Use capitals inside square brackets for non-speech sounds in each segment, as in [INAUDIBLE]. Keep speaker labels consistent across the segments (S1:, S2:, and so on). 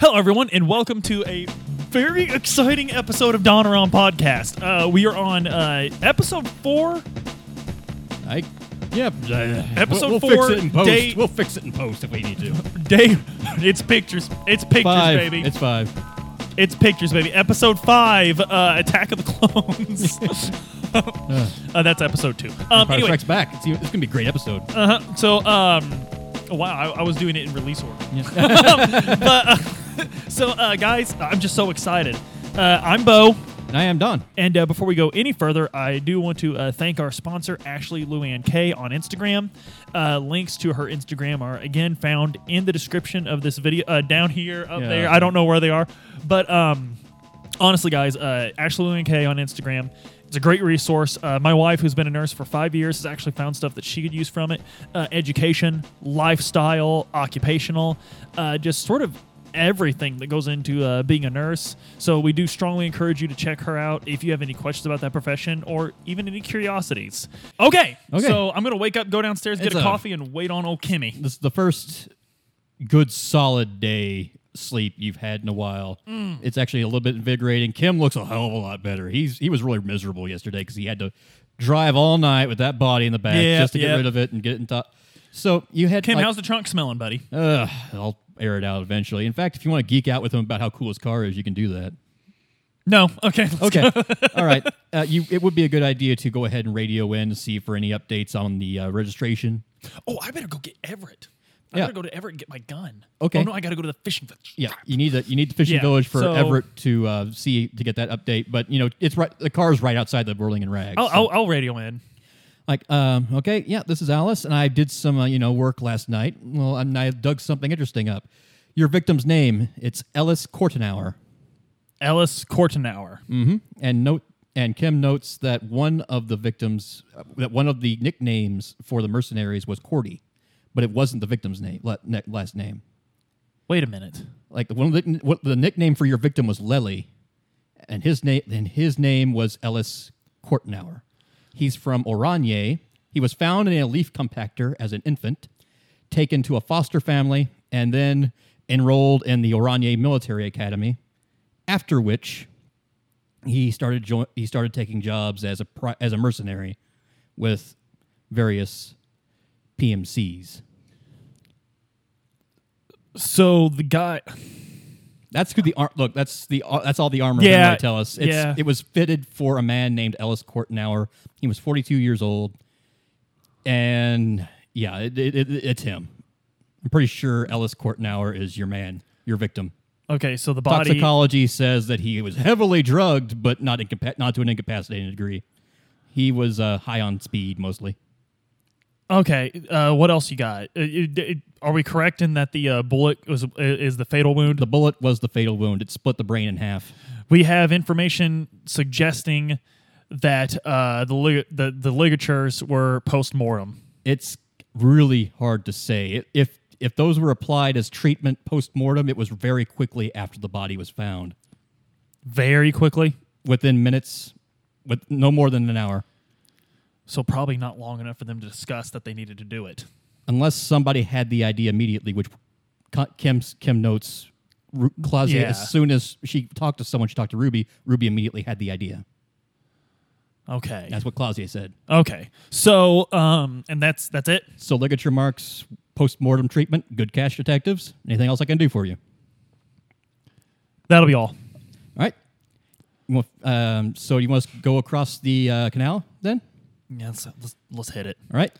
S1: Hello, everyone, and welcome to a very exciting episode of Don Around Podcast. Uh, we are on uh, episode four. Uh,
S2: I, yeah.
S1: Episode
S2: we'll, we'll
S1: four,
S2: Fix it in post.
S1: day-
S2: We'll fix it in post if we need to.
S1: Day, it's pictures. It's pictures,
S2: five.
S1: baby.
S2: It's five.
S1: It's pictures, baby. Episode five, uh, Attack of the
S2: [LAUGHS]
S1: Clones. uh, that's episode two. Um,
S2: Empire
S1: anyway,
S2: Strikes Back. It's, it's gonna be a great episode.
S1: uh-huh. so um, oh, wow, I, I was doing it in release order.
S2: Yeah.
S1: [LAUGHS] but uh, so, uh, guys, I'm just so excited. Uh, I'm Bo.
S2: And I am Don.
S1: And uh, before we go any further, I do want to uh, thank our sponsor, Ashley Luann K on Instagram. Uh, links to her Instagram are again found in the description of this video, uh, down here, up
S2: Yeah.
S1: there. I don't know where they are, but um, honestly, guys, uh, Ashley Luann K on Instagram. It's a great resource. Uh, my wife, who's been a nurse for five years, has actually found stuff that she could use from it: uh, education, lifestyle, occupational, uh, just sort of everything that goes into uh, being a nurse. So we do strongly encourage you to check her out if you have any questions about that profession or even any curiosities. Okay,
S2: Okay.
S1: so I'm gonna wake up, go downstairs, get
S2: It's
S1: a,
S2: a-
S1: coffee, and wait on old Kimmy.
S2: This is the first good solid day sleep you've had in a while.
S1: Mm.
S2: It's actually a little bit invigorating. Kim looks a hell of a lot better. He's he was really miserable yesterday because he had to drive all night with that body in the back
S1: Yeah,
S2: just to
S1: yeah.
S2: get rid of it and get it in top. So you had
S1: Kim,
S2: like,
S1: how's the trunk smelling, buddy?
S2: Ugh, I'll air it out eventually. In fact, if you want to geek out with him about how cool his car is, you can do that.
S1: No, okay, let's
S2: [LAUGHS] Okay. All right. Uh, you, it would be a good idea to go ahead and radio in to see for any updates on the uh, registration.
S1: Oh, I better go get Everett. I
S2: Yeah.
S1: better go to Everett and get my gun.
S2: Okay.
S1: Oh no, I gotta go to the fishing village.
S2: Yeah, you need the you need the fishing
S1: Yeah,
S2: village for
S1: so-
S2: Everett to uh, see to get that update. But you know, it's right. The car's right outside the Whirling and Rags.
S1: I'll,
S2: so-
S1: I'll, I'll radio in.
S2: like, um, okay, yeah, this is Alice, and I did some uh, you know work last night. Well, and I dug something interesting up. Your victim's name it's Ellis Kortenauer.
S1: Ellis Kortenauer.
S2: and note and Kim notes that one of the victims that one of the nicknames for the mercenaries was Cordy, but it wasn't the victim's name la- ne- last name.
S1: Wait a minute.
S2: Like the one of the, what the nickname for your victim was Lely, and his name and his name was Ellis Kortenauer. He's from Oranje. He was found in a leaf compactor as an infant, taken to a foster family, and then enrolled in the Oranje Military Academy. After which, he started jo- he started taking jobs as a pri- as a mercenary with various PMCs.
S1: So the guy.
S2: That's who the ar- look. That's the ar- that's all the armor.
S1: Yeah,
S2: Yeah, to tell us. It's,
S1: yeah.
S2: it was fitted for a man named Ellis Kortenauer. He was 42 years old, and yeah, it, it, it, it's him. I'm pretty sure Ellis Kortenauer is your man, your victim.
S1: Okay, so the body.
S2: Toxicology says that he was heavily drugged, but not inca- not to an incapacitating degree. He was uh, high on speed mostly.
S1: Okay, uh, what else you got? Uh, you- d- are we correct in that the uh, bullet was is the fatal wound?
S2: The bullet was the fatal wound. It split the brain in half.
S1: we have information suggesting that uh, the, lig- the the ligatures were post mortem.
S2: it's really hard to say. I- If if those were applied as treatment post mortem, it was very quickly after the body was found,
S1: very quickly,
S2: within minutes, with no more than an hour,
S1: so probably not long enough for them to discuss that they needed to do it.
S2: unless somebody had the idea immediately, which Ki- Kim's Kim notes. Ru- Claudia,
S1: Yeah.
S2: as soon as she talked to someone, she talked to Ruby. Ruby immediately had the idea.
S1: Okay.
S2: That's what Claudia said.
S1: Okay. So, um, and that's that's it.
S2: So ligature marks, post mortem treatment, good cash detectives. Anything else I can do for you?
S1: That'll be all.
S2: All right. Well, Um, so you want us to go across the uh, canal then?
S1: Yeah, let's, let's let's hit it.
S2: All right.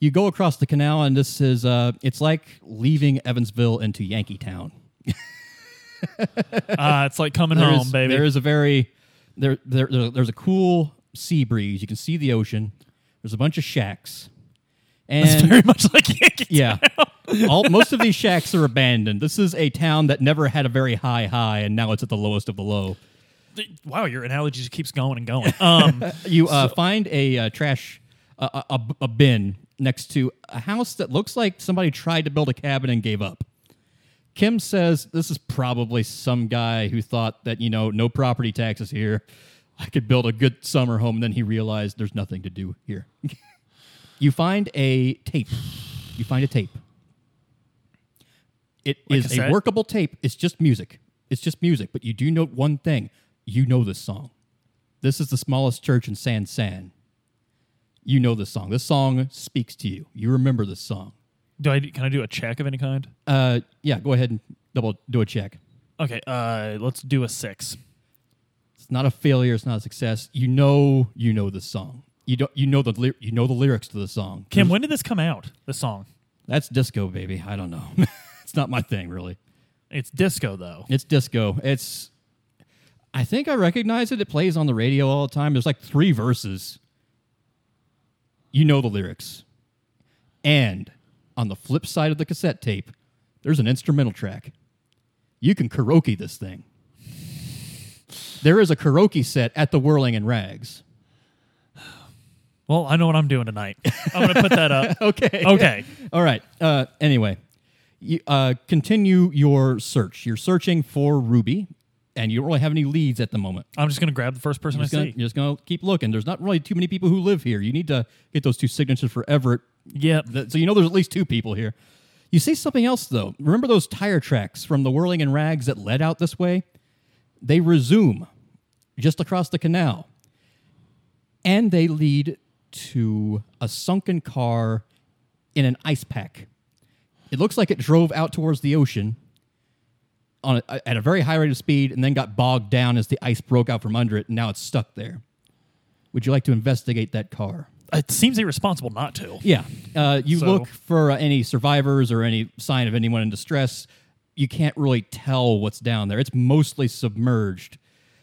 S2: You go across the canal, and this is uh, it's like leaving Evansville into Yankee Town.
S1: Uh, it's like coming
S2: There
S1: home,
S2: is-
S1: baby.
S2: There is a very there, there there- there's a cool sea breeze. You can see the ocean. There's a bunch of shacks,
S1: it's [LAUGHS]
S2: and
S1: very much like Yankee.
S2: [LAUGHS] yeah, all, most of these shacks are abandoned. This is a town that never had a very high high, and now it's at the lowest of the low.
S1: [LAUGHS] Wow, your analogy just keeps going and going. [LAUGHS] Um,
S2: You uh, find a uh, trash uh, a, a- a bin next to a house that looks like somebody tried to build a cabin and gave up. Kim says this is probably some guy who thought that you know no property taxes here. I could build a good summer home. Then he realized there's nothing to do here. [LAUGHS] you find a tape. You find a tape. It
S1: A
S2: is a
S1: cassette?
S2: workable tape. It's just music. It's just music. But you do note one thing. You know this song. This is the smallest church in San San. You know this song. This song speaks to you. You remember this song.
S1: Do I can I do a check of any kind?
S2: Uh, yeah, go ahead and double do a check.
S1: Okay, uh, let's do a six.
S2: It's not a failure. It's not a success. You know, you know this song. You don't. You know the ly- you know the lyrics to the song.
S1: Kim, when did this come out? The song.
S2: That's disco, baby. I don't know. [LAUGHS] it's not my thing, really.
S1: It's disco though.
S2: It's disco. It's. I think I recognize it. It plays on the radio all the time. There's like three verses. You know the lyrics. And on the flip side of the cassette tape, there's an instrumental track. You can karaoke this thing. There is a karaoke set at the Whirling and Rags.
S1: Well, I know what I'm doing tonight. [LAUGHS] I'm gonna put that up.
S2: [LAUGHS] Okay.
S1: [LAUGHS] Okay.
S2: All right. Uh, anyway, you, uh, continue your search. You're searching for Ruby, and you don't really have any leads at the moment.
S1: I'm just gonna grab the first person I
S2: Just gonna,
S1: see.
S2: you're just going to keep looking. There's not really too many people who live here. You need to get those two signatures for Everett.
S1: Yep.
S2: Th- So you know there's at least two people here. You see something else, though. Remember those tire tracks from the whirling and rags that led out this way? They resume just across the canal, and they lead to a sunken car in an ice pack. It looks like it drove out towards the ocean on a, at a very high rate of speed and then got bogged down as the ice broke out from under it, and now it's stuck there. Would you like to investigate that car?
S1: It seems irresponsible not to.
S2: Yeah. Uh, you
S1: So-
S2: look for uh, any survivors or any sign of anyone in distress. You can't really tell what's down there. It's mostly submerged.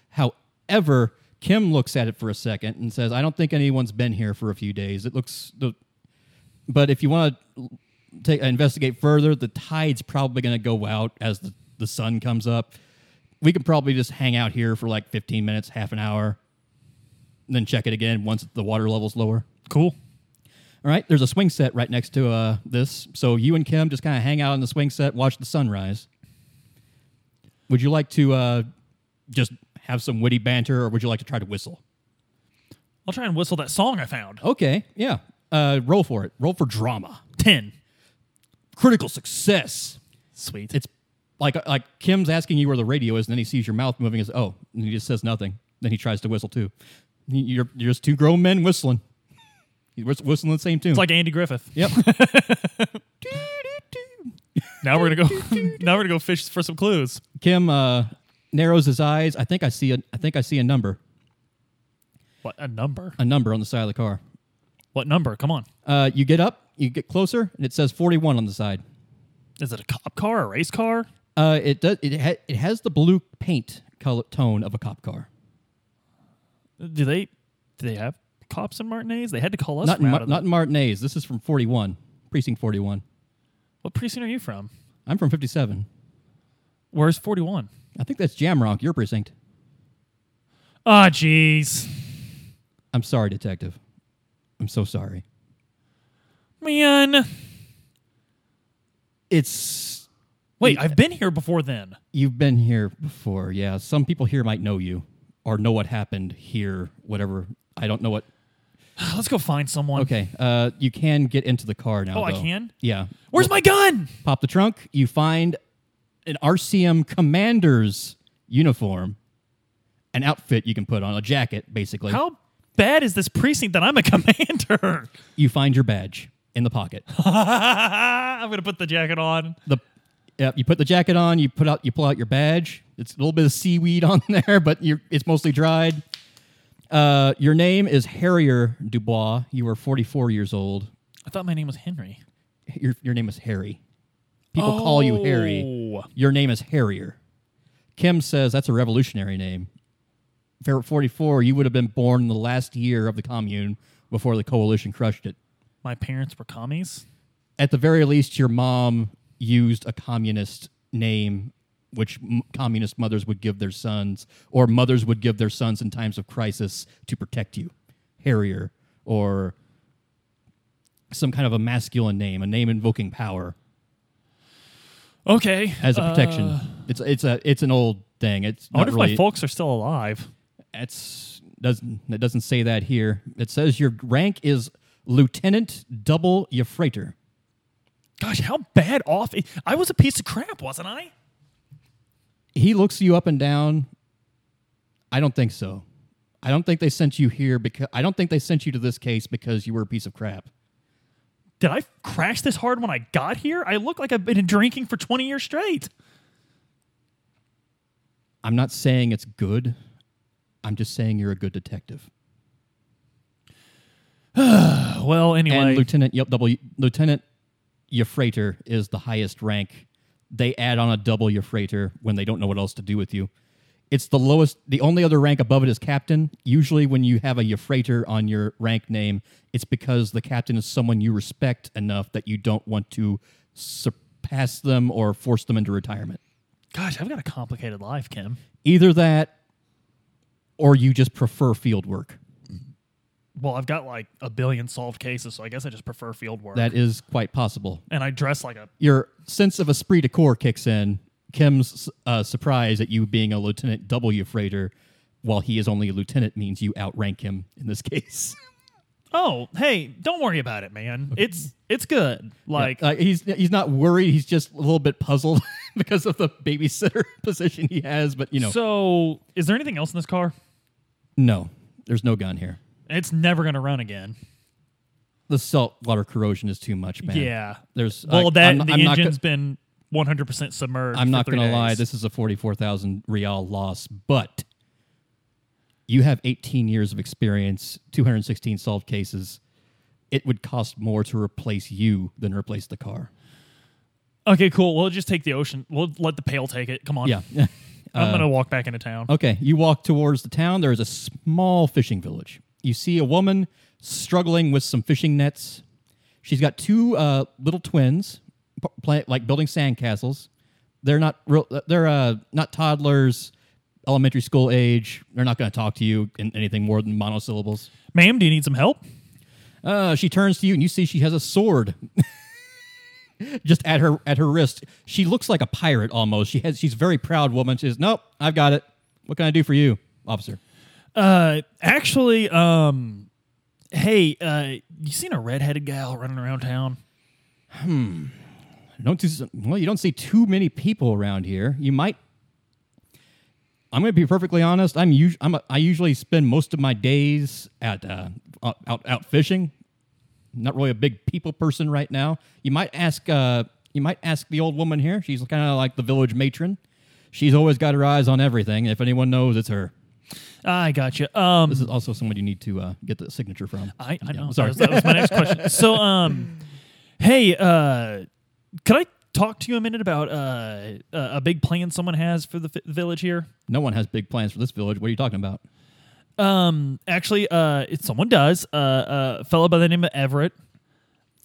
S2: However, Kim looks at it for a second and says, I don't think anyone's been here for a few days. It looks. The, but if you want to take, investigate further, the tide's probably going to go out as the, the sun comes up. We could probably just hang out here for like 15 minutes, half an hour, and then check it again once the water level's lower.
S1: Cool.
S2: All right, there's a swing set right next to uh, this. So you and Kim just kind of hang out on the swing set, watch the sunrise. Would you like to uh, just have some witty banter or would you like to try to whistle?
S1: I'll try and whistle that song I found.
S2: Okay, yeah. Uh, roll for it. Roll for drama.
S1: Ten.
S2: Critical success.
S1: Sweet.
S2: It's like uh, like Kim's asking you where the radio is, and then he sees your mouth moving. Is oh, and he just says nothing. Then he tries to whistle too. You're, you're just two grown men whistling. You're whist- whistling the same tune.
S1: It's like Andy Griffith.
S2: [LAUGHS] yep.
S1: Now we're gonna go. [LAUGHS] now we're gonna go fish for some clues.
S2: Kim uh, narrows his eyes. I think I see a I think I see a number.
S1: What a number!
S2: A number on the side of the car.
S1: What number? Come on.
S2: Uh, you get up, you get closer, and it says 41 on the side.
S1: Is it a cop car? A race car?
S2: Uh, it does it ha- it has the blue paint color tone of a cop car.
S1: Do they? Do they have cops in Martinez? They had to call us.
S2: Not
S1: from out
S2: in, Mar-
S1: of the-
S2: not in Martinez. This is from 41, precinct 41.
S1: What precinct are you from?
S2: I'm from 57.
S1: Where's forty one?
S2: I think that's Jamrock, your precinct.
S1: Ah, jeez.
S2: I'm sorry, detective. I'm so sorry.
S1: Man.
S2: It's
S1: Wait, I've been here before then. [SIGHS]
S2: You've been here before, yeah. Some people here might know you or know what happened here, whatever. I don't know what.
S1: Let's go find someone.
S2: Okay, uh, you can get into the car now.
S1: Oh, I
S2: though.
S1: can?
S2: Yeah.
S1: Where's my gun?
S2: Pop the trunk. You find an RCM commander's uniform, an outfit you can put on, a jacket, basically.
S1: How bad is this precinct that I'm a [LAUGHS] commander? [LAUGHS]
S2: You find your badge in the pocket.
S1: I'm gonna put the jacket on.
S2: the yeah, you put the jacket on. You put out you pull out your badge. It's a little bit of seaweed [LAUGHS] on there, but you're, it's mostly dried. Uh, your name is Harrier Dubois. You are 44 years old.
S1: I thought my name was Henry.
S2: Your your name is Harry. People call you Harry.
S1: Oh.
S2: Your name is Harrier. Kim says that's a revolutionary name. If you were 44, you would have been born in the last year of the commune before the coalition crushed it.
S1: My parents were commies.
S2: at the very least, your mom used a communist name, which m- communist mothers would give their sons, or mothers would give their sons in times of crisis to protect you. Harrier, or some kind of a masculine name, a name invoking power
S1: Okay.
S2: as a
S1: Uh,
S2: protection. it's it's a it's an old thing. It's
S1: I
S2: not
S1: wonder if
S2: really.
S1: my folks are still alive.
S2: it's doesn't it doesn't say that here. It says your rank is lieutenant double Euphrater.
S1: Gosh, how bad off. I was a piece of crap, wasn't I?
S2: He looks you up and down. I don't think so. I don't think they sent you here because I don't think they sent you to this case because you were a piece of crap.
S1: Did I crash this hard when I got here? I look like I've been drinking for 20 years straight.
S2: I'm not saying it's good. I'm just saying you're a good detective. Oh,
S1: Well, anyway.
S2: And Lieutenant yep, double Lieutenant Euphrater is the highest rank. They add on a double Euphrater when they don't know what else to do with you. It's the lowest. The only other rank above it is captain. Usually, when you have a Euphrater on your rank name, it's because the captain is someone you respect enough that you don't want to surpass them or force them into retirement.
S1: Gosh, I've got a complicated life, Kim.
S2: Either that, or you just prefer field work.
S1: Well, I've got like a billion solved cases, so I guess I just prefer field work.
S2: That is quite possible.
S1: and I dress like a.
S2: your sense of esprit de corps kicks in. Kim's uh, surprise at you being a lieutenant W freighter, while he is only a lieutenant, means you outrank him in this [LAUGHS] case.
S1: Oh, hey, don't worry about it, man. It's it's good. Like,
S2: Uh, he's he's not worried. He's just a little bit puzzled [LAUGHS] because of the babysitter [LAUGHS] position he has. But you know,
S1: so is there anything else in this car?
S2: no, there's no gun here.
S1: It's never gonna run again.
S2: The salt water corrosion is too much, man.
S1: Yeah.
S2: there's
S1: Well,
S2: I-
S1: that
S2: I'm,
S1: the
S2: I'm not go-
S1: engine's been 100 percent submerged.
S2: I'm
S1: for
S2: not
S1: three
S2: going to lie.
S1: days.
S2: This is a 44,000 real loss, but you have 18 years of experience, 216 solved cases. It would cost more to replace you than replace the car.
S1: Okay, cool. We'll just take the ocean. We'll let the pail take it. Come on.
S2: Yeah. uh,
S1: I'm gonna walk back into town.
S2: okay. You walk towards the town. There is a small fishing village. You see a woman struggling with some fishing nets. She's got two uh, little twins, p- play, like building sandcastles. They're not real. They're uh, not toddlers, elementary school age. They're not going to talk to you in anything more than monosyllables.
S1: Ma'am, do you need some help?
S2: Uh, she turns to you and you see she has a sword. [LAUGHS] Just at her at her wrist. She looks like a pirate almost. She has she's a very proud woman. She says, Nope, I've got it. What can I do for you, officer?
S1: Uh, actually, um, hey, uh, you seen a redheaded gal running around town?
S2: I don't do, well, you don't see too many people around here. You might I'm going to be perfectly honest. I'm, us- I'm a, I usually spend most of my days at uh, out, out out fishing. Not really a big people person right now. You might ask uh, you might ask the old woman here. She's kind of like the village matron. She's always got her eyes on everything. If anyone knows, it's her.
S1: I got you. Um,
S2: This is also someone you need to uh, get the signature from.
S1: I, I know.
S2: sorry.
S1: That was, that was my next
S2: [LAUGHS]
S1: question. So, um, hey, uh, could I talk to you a minute about uh, a a big plan someone has for the fi village here?
S2: No one has big plans for this village. What are you talking about?
S1: Um, actually, uh, it, someone does. Uh, uh, a fellow by the name of Everett.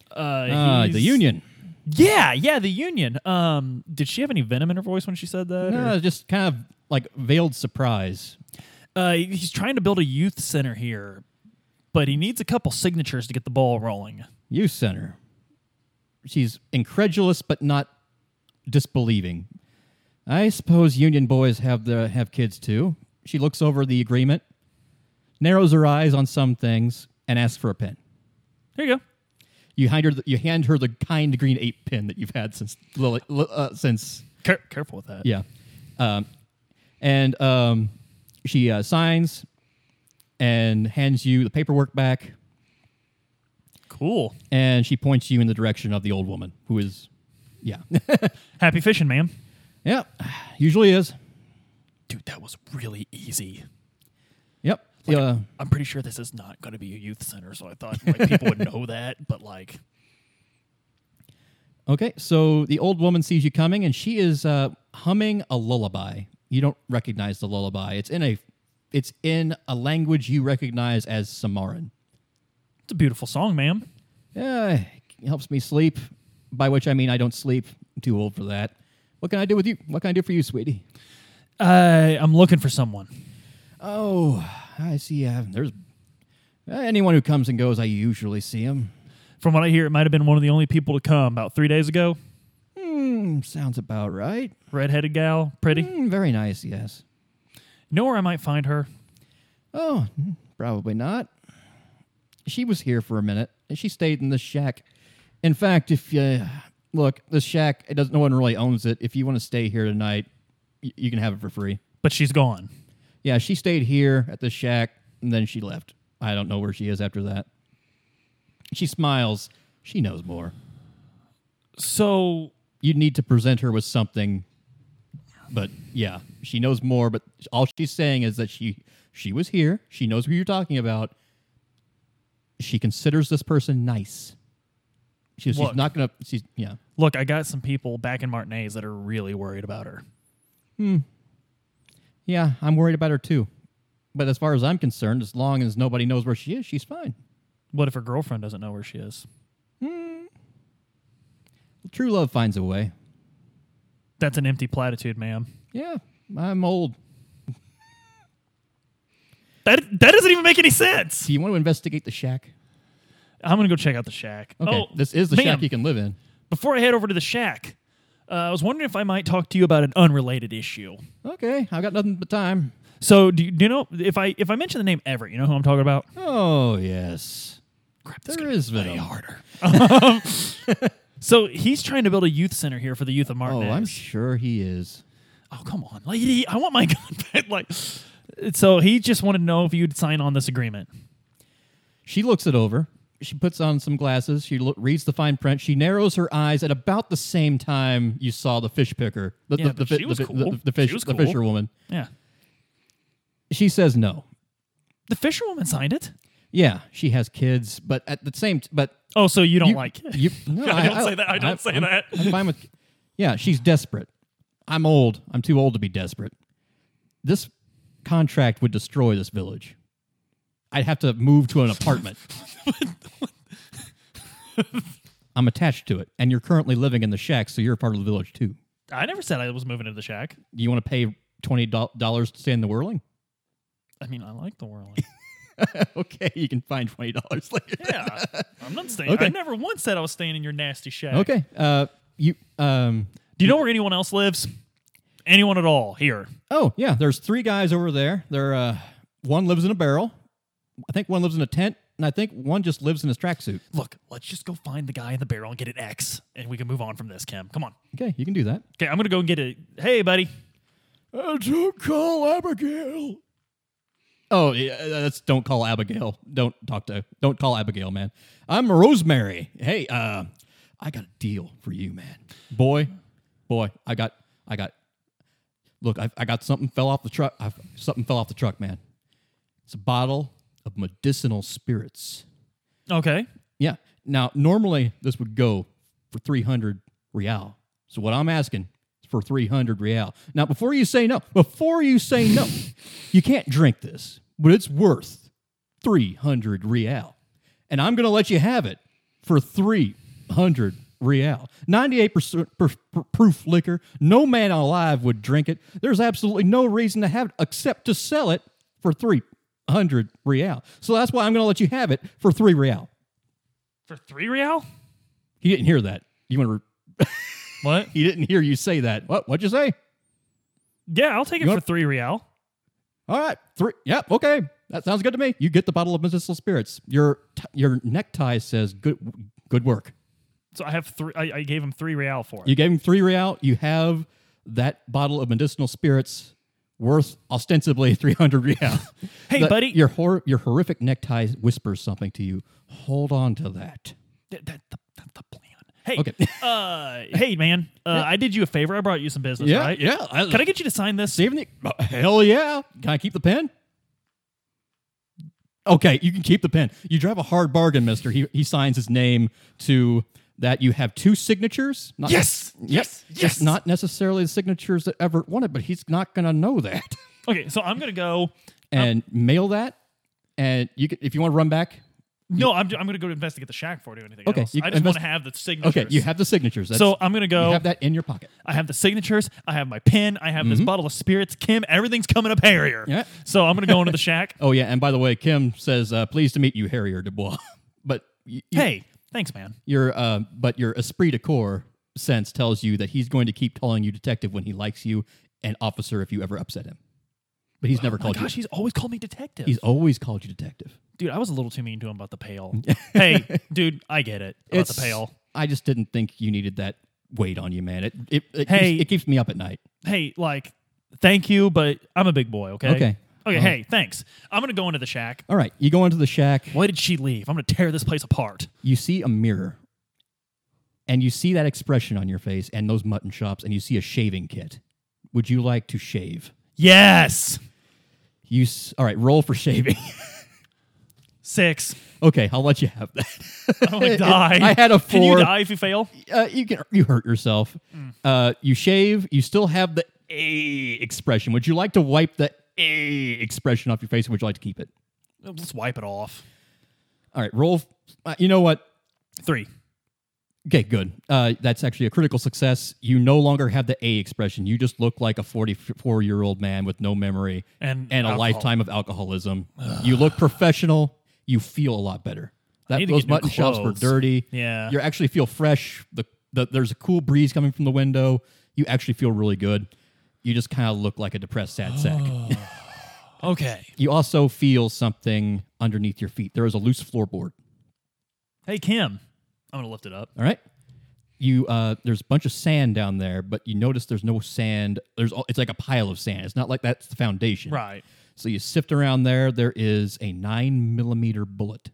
S1: Uh,
S2: Uh, the
S1: he's-
S2: union.
S1: Yeah, yeah, the union. Um, did she have any venom in her voice when she said that? or-
S2: No, just kind of like veiled surprise.
S1: Uh, he's trying to build a youth center here, but he needs a couple signatures to get the ball rolling.
S2: Youth Center. She's incredulous but not disbelieving. I suppose union boys have the have kids too. She looks over the agreement, narrows her eyes on some things, and asks for a pen.
S1: There you go.
S2: You hand her the, you hand her the kind green eight pen that you've had since Lily, Li- uh, since
S1: Care- careful with that.
S2: yeah, um, and um, she uh, signs and hands you the paperwork back,
S1: Cool.
S2: and she points you in the direction of the old woman who is, yeah. [LAUGHS]
S1: Happy fishing, man.
S2: Yep. Usually is.
S1: Dude, that was really easy.
S2: Yep. uh, yeah.
S1: I'm pretty sure this is not going to be a youth center, so I thought like, people would
S2: [LAUGHS]
S1: know that. But like,
S2: Okay. So the old woman sees you coming and she is uh, humming a lullaby. You don't recognize the lullaby. It's in a it's in a language you recognize as Samaran.
S1: it's a beautiful song, ma'am.
S2: Yeah, it helps me sleep, by which I mean I don't sleep. I'm too old for that. What can I do with you? What can I do for you, sweetie?
S1: I I'm looking for someone.
S2: Oh, I see. Uh, there's uh, anyone who comes and goes. I usually see him.
S1: From what I hear, it might have been one of the only people to come about three days ago.
S2: Hmm, sounds about right.
S1: Redheaded gal, pretty. You
S2: Hmm, very nice. Yes.
S1: know where I might find her?
S2: Oh, probably not. She was here for a minute. and She stayed in the shack. In fact, if uh, look, this shack, it doesn't. No one really owns it. If you want to stay here tonight, y- you can have it for free.
S1: But she's gone.
S2: Yeah, she stayed here at the shack and then she left. I don't know where she is after that. She smiles. She knows more.
S1: So
S2: You need to present her with something. But yeah, she knows more, but all she's saying is that she she was here. She knows who you're talking about. She considers this person nice. She, she's
S1: Look.
S2: not gonna she's yeah.
S1: look, I got some people back in Martinez that are really worried about her.
S2: Yeah, I'm worried about her too. But as far as I'm concerned, as long as nobody knows where she is, she's fine.
S1: What if her girlfriend doesn't know where she is?
S2: True love finds a way.
S1: That's an empty platitude, ma'am.
S2: Yeah, I'm old.
S1: That that doesn't even make any sense.
S2: Do you want to investigate the shack?
S1: I'm gonna go check out the shack.
S2: Okay,
S1: Oh,
S2: this is the
S1: ma'am,
S2: shack you can live in.
S1: Before I head over to the shack, uh, I was wondering if I might talk to you about an unrelated issue.
S2: Okay, I've got nothing but time.
S1: So, do you, do you know if I if I mention the name Everett, you know who I'm talking about?
S2: Oh yes,
S1: Crap, this
S2: there is Venom.
S1: harder. so he's trying to build a youth center here for the youth of
S2: Oh,
S1: Martinez.
S2: I'm sure he is.
S1: oh come on, lady! I want my [LAUGHS] gun back. Like, so he just wanted to know if you'd sign on this agreement.
S2: She looks it over. She puts on some glasses. She lo- reads the fine print. She narrows her eyes at about the same time you saw the fish picker, the,
S1: Yeah,
S2: the, the,
S1: but
S2: fi-
S1: she
S2: the
S1: was
S2: fi- the-
S1: cool.
S2: the fish,
S1: She was
S2: the
S1: cool.
S2: fisherwoman.
S1: Yeah,
S2: She says no.
S1: the fisherwoman signed it.
S2: Yeah, she has kids, but at the same, t- but
S1: Oh, so you don't
S2: you-
S1: like? [LAUGHS]
S2: you- no,
S1: I don't say that. I don't say
S2: I'm-
S1: that.
S2: I'm fine with. Yeah, she's desperate. I'm old. I'm too old to be desperate. This contract would destroy this village. I'd have to move to an
S1: [LAUGHS]
S2: apartment. I'm attached to it, and you're currently living in the shack, so you're a part of the village too.
S1: I never said I was moving to the shack.
S2: Do you want to pay twenty dollars to stay in the whirling? [LAUGHS]
S1: I mean, I like the whirling.
S2: okay, you can find twenty
S1: [LAUGHS]
S2: dollars later.
S1: yeah, I'm not staying. I
S2: Okay.
S1: never once said I was staying in your nasty shack.
S2: Okay. Uh, you um.
S1: Do you know where anyone else lives? Anyone at all here?
S2: Oh yeah, there's three guys over there. They're uh, one lives in a barrel. I think one lives in a tent, and I think one just lives in his tracksuit.
S1: Look, let's just go find the guy in the barrel and get an X, and we can move on from this. Kim, come on.
S2: Okay, you can do that.
S1: Okay, I'm gonna go and get a. Hey, buddy.
S2: Uh, don't call Abigail. Oh, yeah, that's don't call Abigail. Don't talk to. Don't call Abigail, man. I'm Rosemary. Hey, uh, I got a deal for you, man. Boy, boy, I got, I got. Look, I, I got something fell off the truck. I, something fell off the truck, man. It's a bottle of medicinal spirits.
S1: Okay.
S2: Yeah. Now, normally this would go for 300 real. So what I'm asking is for 300 real. Now, before you say no, before you say no, you can't drink this, but it's worth 300 real. And I'm going to let you have it for 300 real. 98% per- per- proof liquor. No man alive would drink it. There's absolutely no reason to have it except to sell it for 300 real. So that's why I'm going to let you have it for 3 real.
S1: For three real?
S2: He didn't hear that. You want to? Re-
S1: What?
S2: he didn't hear you say that. What? What'd you say?
S1: Yeah, I'll take it
S2: You
S1: for
S2: want-
S1: three real.
S2: All right, three. Yep. Okay, that sounds good to me. You get the bottle of medicinal spirits. Your t- your necktie says good good work.
S1: So I have three. I, I gave him three real for it.
S2: You gave him three real. You have that bottle of medicinal spirits worth ostensibly [LAUGHS] three hundred real.
S1: [LAUGHS] Hey,
S2: That-
S1: buddy.
S2: Your hor- your horrific necktie whispers something to you. Hold on to that.
S1: That- that- that- that's the plan. Hey.
S2: Okay.
S1: [LAUGHS] uh, hey, man. Uh, I did you a favor. I brought you some business,
S2: Yeah.
S1: right?
S2: Yeah. I,
S1: Can I get you to sign this?
S2: Saving it? uh, Hell yeah. Can I keep the pen? Okay, you can keep the pen. You drive a hard bargain, mister. He, he signs his name to that. You have two signatures. Not,
S1: Yes. Yes.
S2: Yep.
S1: Yes.
S2: Not necessarily the signatures that Everett wanted, but he's not going to know that.
S1: Okay, so I'm gonna go.
S2: And mail that. And you can, if you want to run back,
S1: No, I'm, I'm gonna go investigate the shack before I do anything
S2: Okay,
S1: else.
S2: you
S1: I
S2: can
S1: just want to
S2: invest-
S1: have the signatures.
S2: okay, you have the signatures. That's,
S1: so oh. I'm gonna
S2: you
S1: go.
S2: have that in your pocket.
S1: I have the signatures. I have my pen. I have this bottle of spirits. Kim, everything's coming up hairier.
S2: Mm-hmm. Yeah.
S1: So I'm gonna go into the shack.
S2: Oh, yeah. And by the way, Kim says, uh, pleased to meet you, Harrier Dubois. [LAUGHS] but you, [LAUGHS] you-
S1: Hey, thanks, man.
S2: Your uh, but your esprit de corps sense tells you that he's going to keep calling you detective when he likes you, and officer if you ever upset him. But he's never
S1: Oh my
S2: called
S1: gosh,
S2: you.
S1: he's always called me detective.
S2: He's always called you detective. [LAUGHS]
S1: dude, I was a little too mean to him about the pail. hey, dude, I get it about the pail.
S2: I just didn't think you needed that weight on you, man. It it it,
S1: Hey.
S2: keeps, it keeps me up at night.
S1: hey, like, thank you, but I'm a big boy, okay?
S2: Okay. Uh-huh.
S1: Okay, hey, thanks. I'm going to go into the shack.
S2: All right, you go into the shack.
S1: Why did she leave? I'm going to tear this place apart.
S2: You see a mirror, and you see that expression on your face, and those mutton chops, and you see a shaving kit. Would you like to shave?
S1: Yes.
S2: You s- all right? Roll for shaving.
S1: Six.
S2: okay, I'll let you have
S1: [LAUGHS]
S2: that. [LAUGHS]
S1: I'm going to die.
S2: I had a
S1: Can you
S2: four.
S1: die Mm. if you fail?
S2: uh, you can you hurt yourself. Uh, you shave. You still have the a expression. Would you like to wipe the a expression off your face? Or would you like to keep it?
S1: Let's wipe it off.
S2: All right, roll. f- Uh, you know what?
S1: Three.
S2: Okay, good. Uh, that's actually a critical success. You no longer have the a expression. You just look like a forty-four year old man with no memory
S1: And
S2: and a
S1: alcohol.
S2: lifetime of alcoholism. you look professional. You feel a lot better. That,
S1: need to
S2: those
S1: get new
S2: mutton chops were
S1: clothes.
S2: dirty.
S1: Yeah.
S2: you actually feel fresh. The, the there's a cool breeze coming from the window. You actually feel really good. You just kind of look like a depressed sad
S1: [GASPS]
S2: sack.
S1: Okay.
S2: you also feel something underneath your feet. There is a loose floorboard.
S1: Hey, Kim. I'm going to lift it up.
S2: All right. You uh, there's a bunch of sand down there, but you notice there's no sand. There's all, it's like a pile of sand. It's not like that's the foundation.
S1: Right.
S2: So you sift around there. There is a nine millimeter bullet.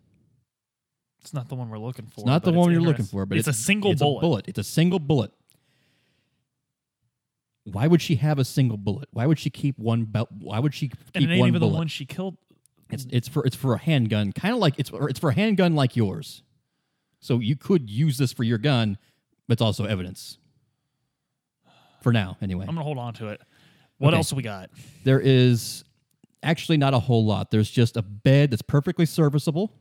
S1: It's not the one we're looking for.
S2: It's not the
S1: but
S2: one you're
S1: interest-
S2: looking for, but
S1: it's, a single
S2: it's
S1: bullet.
S2: bullet. It's a single bullet. Why would she have a single bullet? Why would she keep one? Belt? Why would she keep
S1: And it ain't
S2: one
S1: even
S2: bullet?
S1: the one she killed.
S2: It's it's for it's for a handgun, kind of like it's or it's for a handgun like yours. So you could use this for your gun, but it's also evidence. For now, anyway,
S1: I'm going to hold on to it. What
S2: Okay.
S1: else we got?
S2: there is actually not a whole lot. There's just a bed that's perfectly serviceable,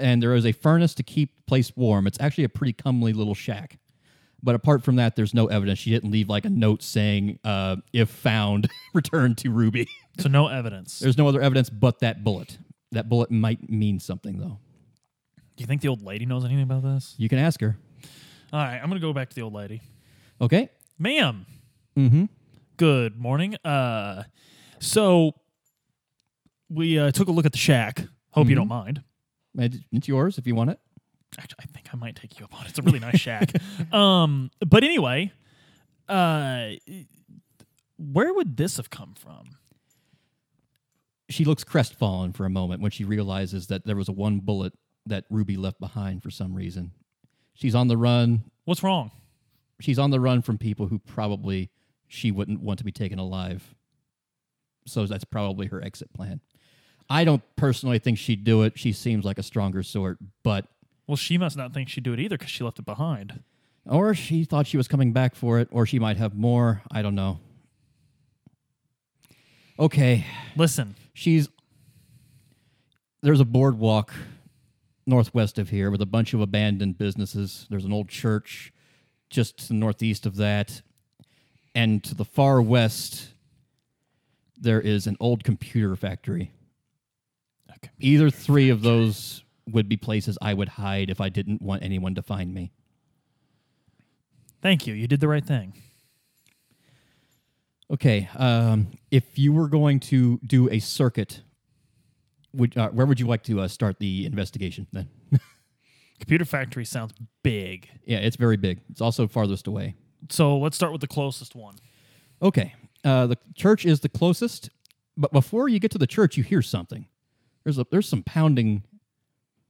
S2: and there is a furnace to keep the place warm. It's actually a pretty comely little shack. But apart from that, there's no evidence. She didn't leave like a note saying, uh, "If found, [LAUGHS] return to Ruby."
S1: So, no evidence.
S2: There's no other evidence but that bullet. That bullet might mean something, though.
S1: Do you think the old lady knows anything about this?
S2: You can ask her.
S1: All right, I'm going to go back to the old lady.
S2: Okay.
S1: Ma'am. Mm-hmm. Good morning. Uh, so we uh, took a look at the shack. Hope you don't mind.
S2: It's yours if you want it.
S1: Actually, I think I might take you up on it. It's a really nice shack. Um, but anyway, uh, where would this have come from?
S2: She looks crestfallen for a moment when she realizes that there was a one bullet that Ruby left behind for some reason. She's on the run.
S1: What's wrong?
S2: She's on the run from people who probably she wouldn't want to be taken alive. So that's probably her exit plan. I don't personally think she'd do it. She seems like a stronger sort, but
S1: Well, she must not think she'd do it either because she left it behind.
S2: or she thought she was coming back for it, or she might have more. I don't know. Okay,
S1: Listen,
S2: she's there's a boardwalk northwest of here with a bunch of abandoned businesses. There's an old church just to the northeast of that. And to the far west, there is an old computer factory.
S1: Okay.
S2: Either three of those would be places I would hide if I didn't want anyone to find me.
S1: thank you. You did the right thing.
S2: Okay. Um, if you were going to do a circuit, would, uh, where would you like to uh, start the investigation then?
S1: Computer factory sounds big.
S2: Yeah, it's very big. It's also farthest away.
S1: So let's start with the closest one.
S2: Okay. Uh, the church is the closest, but before you get to the church, you hear something. There's a there's some pounding.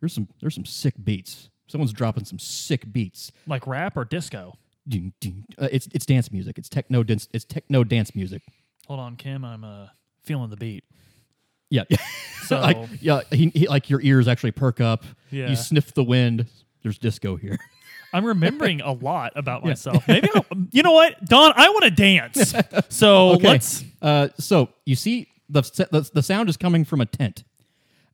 S2: There's some there's some sick beats. Someone's dropping some sick beats.
S1: Like rap or disco?
S2: Ding, ding. Uh, it's it's dance music. It's techno dance. It's techno dance music.
S1: Hold on, Kim. I'm uh, feeling the beat.
S2: Yeah. [LAUGHS]
S1: So
S2: like yeah. He, he, like your ears actually perk up.
S1: Oh. Yeah.
S2: You sniff the wind. There's disco here. [LAUGHS]
S1: I'm remembering a lot about myself. Maybe I'll, you know what, Don? I want to [LAUGHS] dance. So let's.
S2: Uh, so you see the, s- the the sound is coming from a tent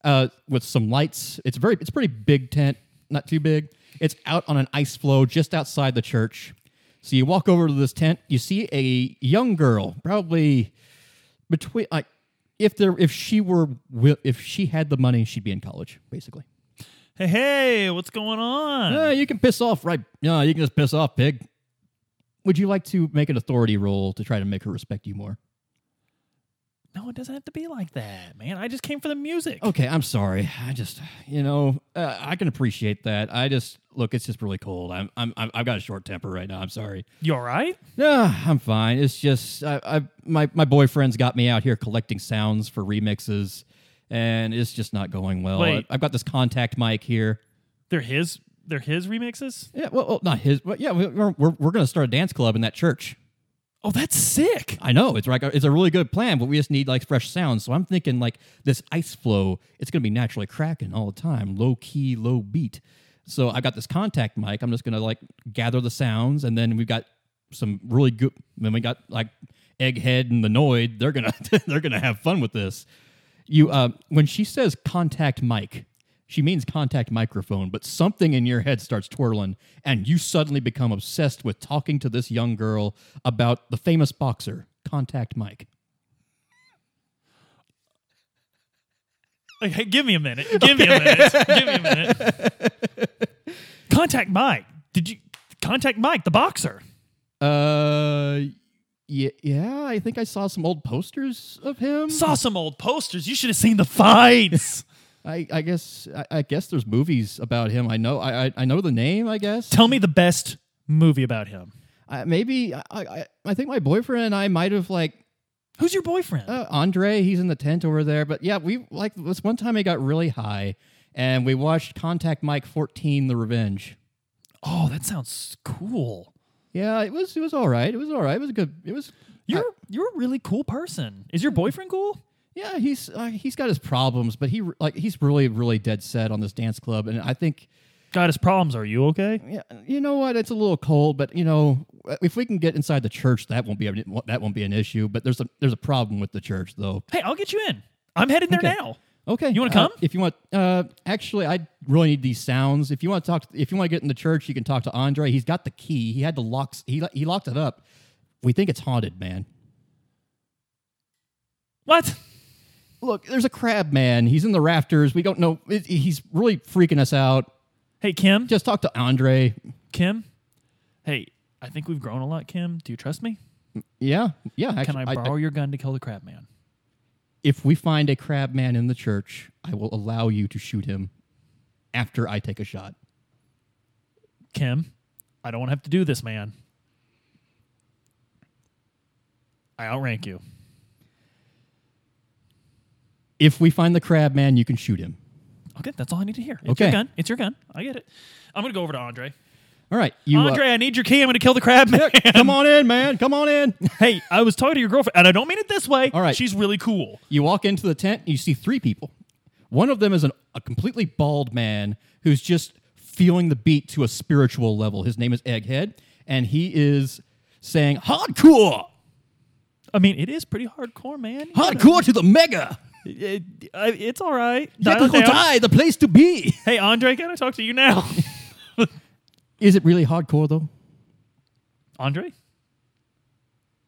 S2: uh, with some lights. It's very it's a pretty big tent, not too big. It's out on an ice floe just outside the church. So you walk over to this tent. You see a young girl, probably between like if there if she were wi- if she had the money, she'd be in college basically.
S1: Hey, hey, what's going on?
S2: Uh, you can piss off, right? No, you can just piss off, pig. Would you like to make an authority roll to try to make her respect you more?
S1: No, it doesn't have to be like that, man. I just came for the music.
S2: Okay, I'm sorry. I just, you know, uh, I can appreciate that. I just look, it's just really cold. I'm, I'm, I'm I've got a short temper right now. I'm sorry.
S1: You all right?
S2: No, I'm fine. It's just I, I my my boyfriend's got me out here collecting sounds for remixes, and it's just not going well.
S1: Wait.
S2: I've got this contact mic here.
S1: They're his. They're his remixes.
S2: Yeah, well, well not his, but yeah, we- we're, we're we're gonna start a dance club in that church.
S1: Oh, that's sick.
S2: I know it's like a- it's a really good plan, but we just need like fresh sounds. So I'm thinking like this ice flow, it's gonna be naturally cracking all the time, low key, low beat. So I got this contact mic. I'm just gonna like gather the sounds, and then we've got some really good. Then we got like Egghead and the Noid. They're gonna [LAUGHS] they're gonna have fun with this. You uh, when she says contact mic, she means contact microphone, but something in your head starts twirling, and you suddenly become obsessed with talking to this young girl about the famous boxer, Contact Mike.
S1: Like, hey, give me a minute. Give me a minute. Give me a minute. [LAUGHS] Contact Mike. Did you contact Mike, the boxer?
S2: Uh, yeah, yeah, I think I saw some old posters of him.
S1: Saw some old posters. You should have seen the fights. [LAUGHS]
S2: I, I guess, I, I guess there's movies about him. I know, I, I, I know the name. I guess.
S1: Tell me the best movie about him.
S2: I, maybe I, I, I think my boyfriend and I might have like
S1: Who's your boyfriend?
S2: uh, Andre, he's in the tent over there. But yeah, we like this one time he got really high and we watched Contact Mike 14 The Revenge.
S1: oh, that sounds cool.
S2: Yeah, it was it was all right. It was all right. It was a good. It was uh,
S1: You're you're a really cool person. Is your boyfriend cool?
S2: yeah, he's uh, he's got his problems, but he re- like he's really really dead set on this dance club and I think
S1: Got his problems. Are you okay?
S2: yeah, you know what? It's a little cold, but you know, if we can get inside the church, that won't be a, that won't be an issue, but there's a there's a problem with the church though.
S1: Hey, I'll get you in. I'm headed there
S2: Okay.
S1: now.
S2: Okay.
S1: You wanna
S2: uh,
S1: come?
S2: if you want, uh, actually, I really need these sounds. If you want to talk, if you want to get in the church, you can talk to Andre. He's got the key. He had the locks. He he locked it up. We think it's haunted, man.
S1: What?
S2: Look, there's a crab man. He's in the rafters. We don't know. It, he's really freaking us out.
S1: Hey, Kim.
S2: Just talk to Andre.
S1: Kim. Hey, I think we've grown a lot, Kim. Do you trust me?
S2: Yeah, yeah. Actually,
S1: Can I borrow your gun to kill the crab man?
S2: if we find a crab man in the church, I will allow you to shoot him after I take a shot.
S1: Kim, I don't want to have to do this, man. I outrank you.
S2: If we find the crab man, you can shoot him.
S1: Okay, that's all I need to hear. It's
S2: Okay.
S1: your gun. It's your gun. I get it. I'm gonna go over to Andre.
S2: All right, you. uh,
S1: Andre, I need your key. I'm gonna kill the crab man.
S2: [LAUGHS] come on in, man. Come on in.
S1: hey, I was talking to your girlfriend, and I don't mean it this way.
S2: All right.
S1: she's really cool.
S2: You walk into the tent, you see three people. One of them is an, a completely bald man who's just feeling the beat to a spiritual level. His name is Egghead, and he is saying, Hardcore!
S1: I mean, it is pretty hardcore, man.
S2: Hardcore to the mega!
S1: It- it- I- it's all right. Dial it
S2: Technical
S1: down.
S2: die, the place to be!
S1: Hey, Andre, can I talk to you now? [LAUGHS]
S2: Is it really hardcore, though?
S1: Andre,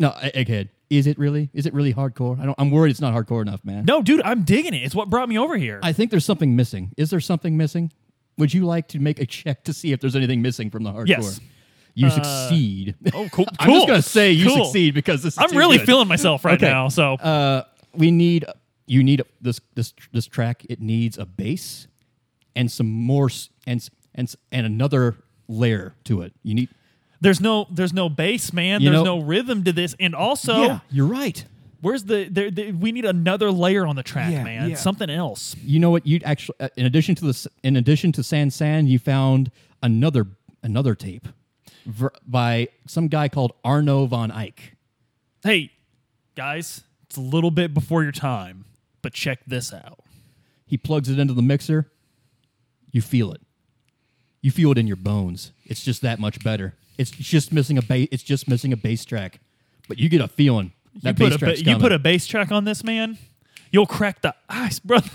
S2: No, E- Egghead. Is it really? Is it really hardcore? I don't, I'm worried it's not hardcore enough, man.
S1: no, dude, I'm digging it. It's what brought me over here.
S2: I think there's something missing. Is there something missing? Would you like to make a check to see if there's anything missing from the hardcore?
S1: Yes. Uh,
S2: You succeed. [LAUGHS]
S1: oh, cool.
S2: I'm just
S1: cool.
S2: gonna say you
S1: Cool.
S2: succeed because this. Is
S1: I'm
S2: too
S1: really
S2: good.
S1: feeling myself right
S2: Okay.
S1: now. So
S2: Uh, we need you need this this this track. It needs a bass and some more s- and s- and s- and another layer to it. You need.
S1: there's no there's no bass, man.
S2: You
S1: There's
S2: know-
S1: no rhythm to this. And also,
S2: Oh. Yeah, you're right.
S1: where's the, there the we need another layer on the track,
S2: Yeah,
S1: man.
S2: yeah.
S1: Something else.
S2: You know what? You actually, uh, in addition to this, in addition to San San, you found another another tape ver- by some guy called Arno von Eyck.
S1: Hey, guys, it's a little bit before your time, but check this out.
S2: He plugs it into the mixer. You feel it. You feel it in your bones. It's just that much better. It's just missing a bass. It's just missing a bass track, but you get a feeling that
S1: you, put
S2: bass
S1: a, ba-
S2: track's
S1: you
S2: coming.
S1: put a bass track on this, man. You'll crack the ice, brother.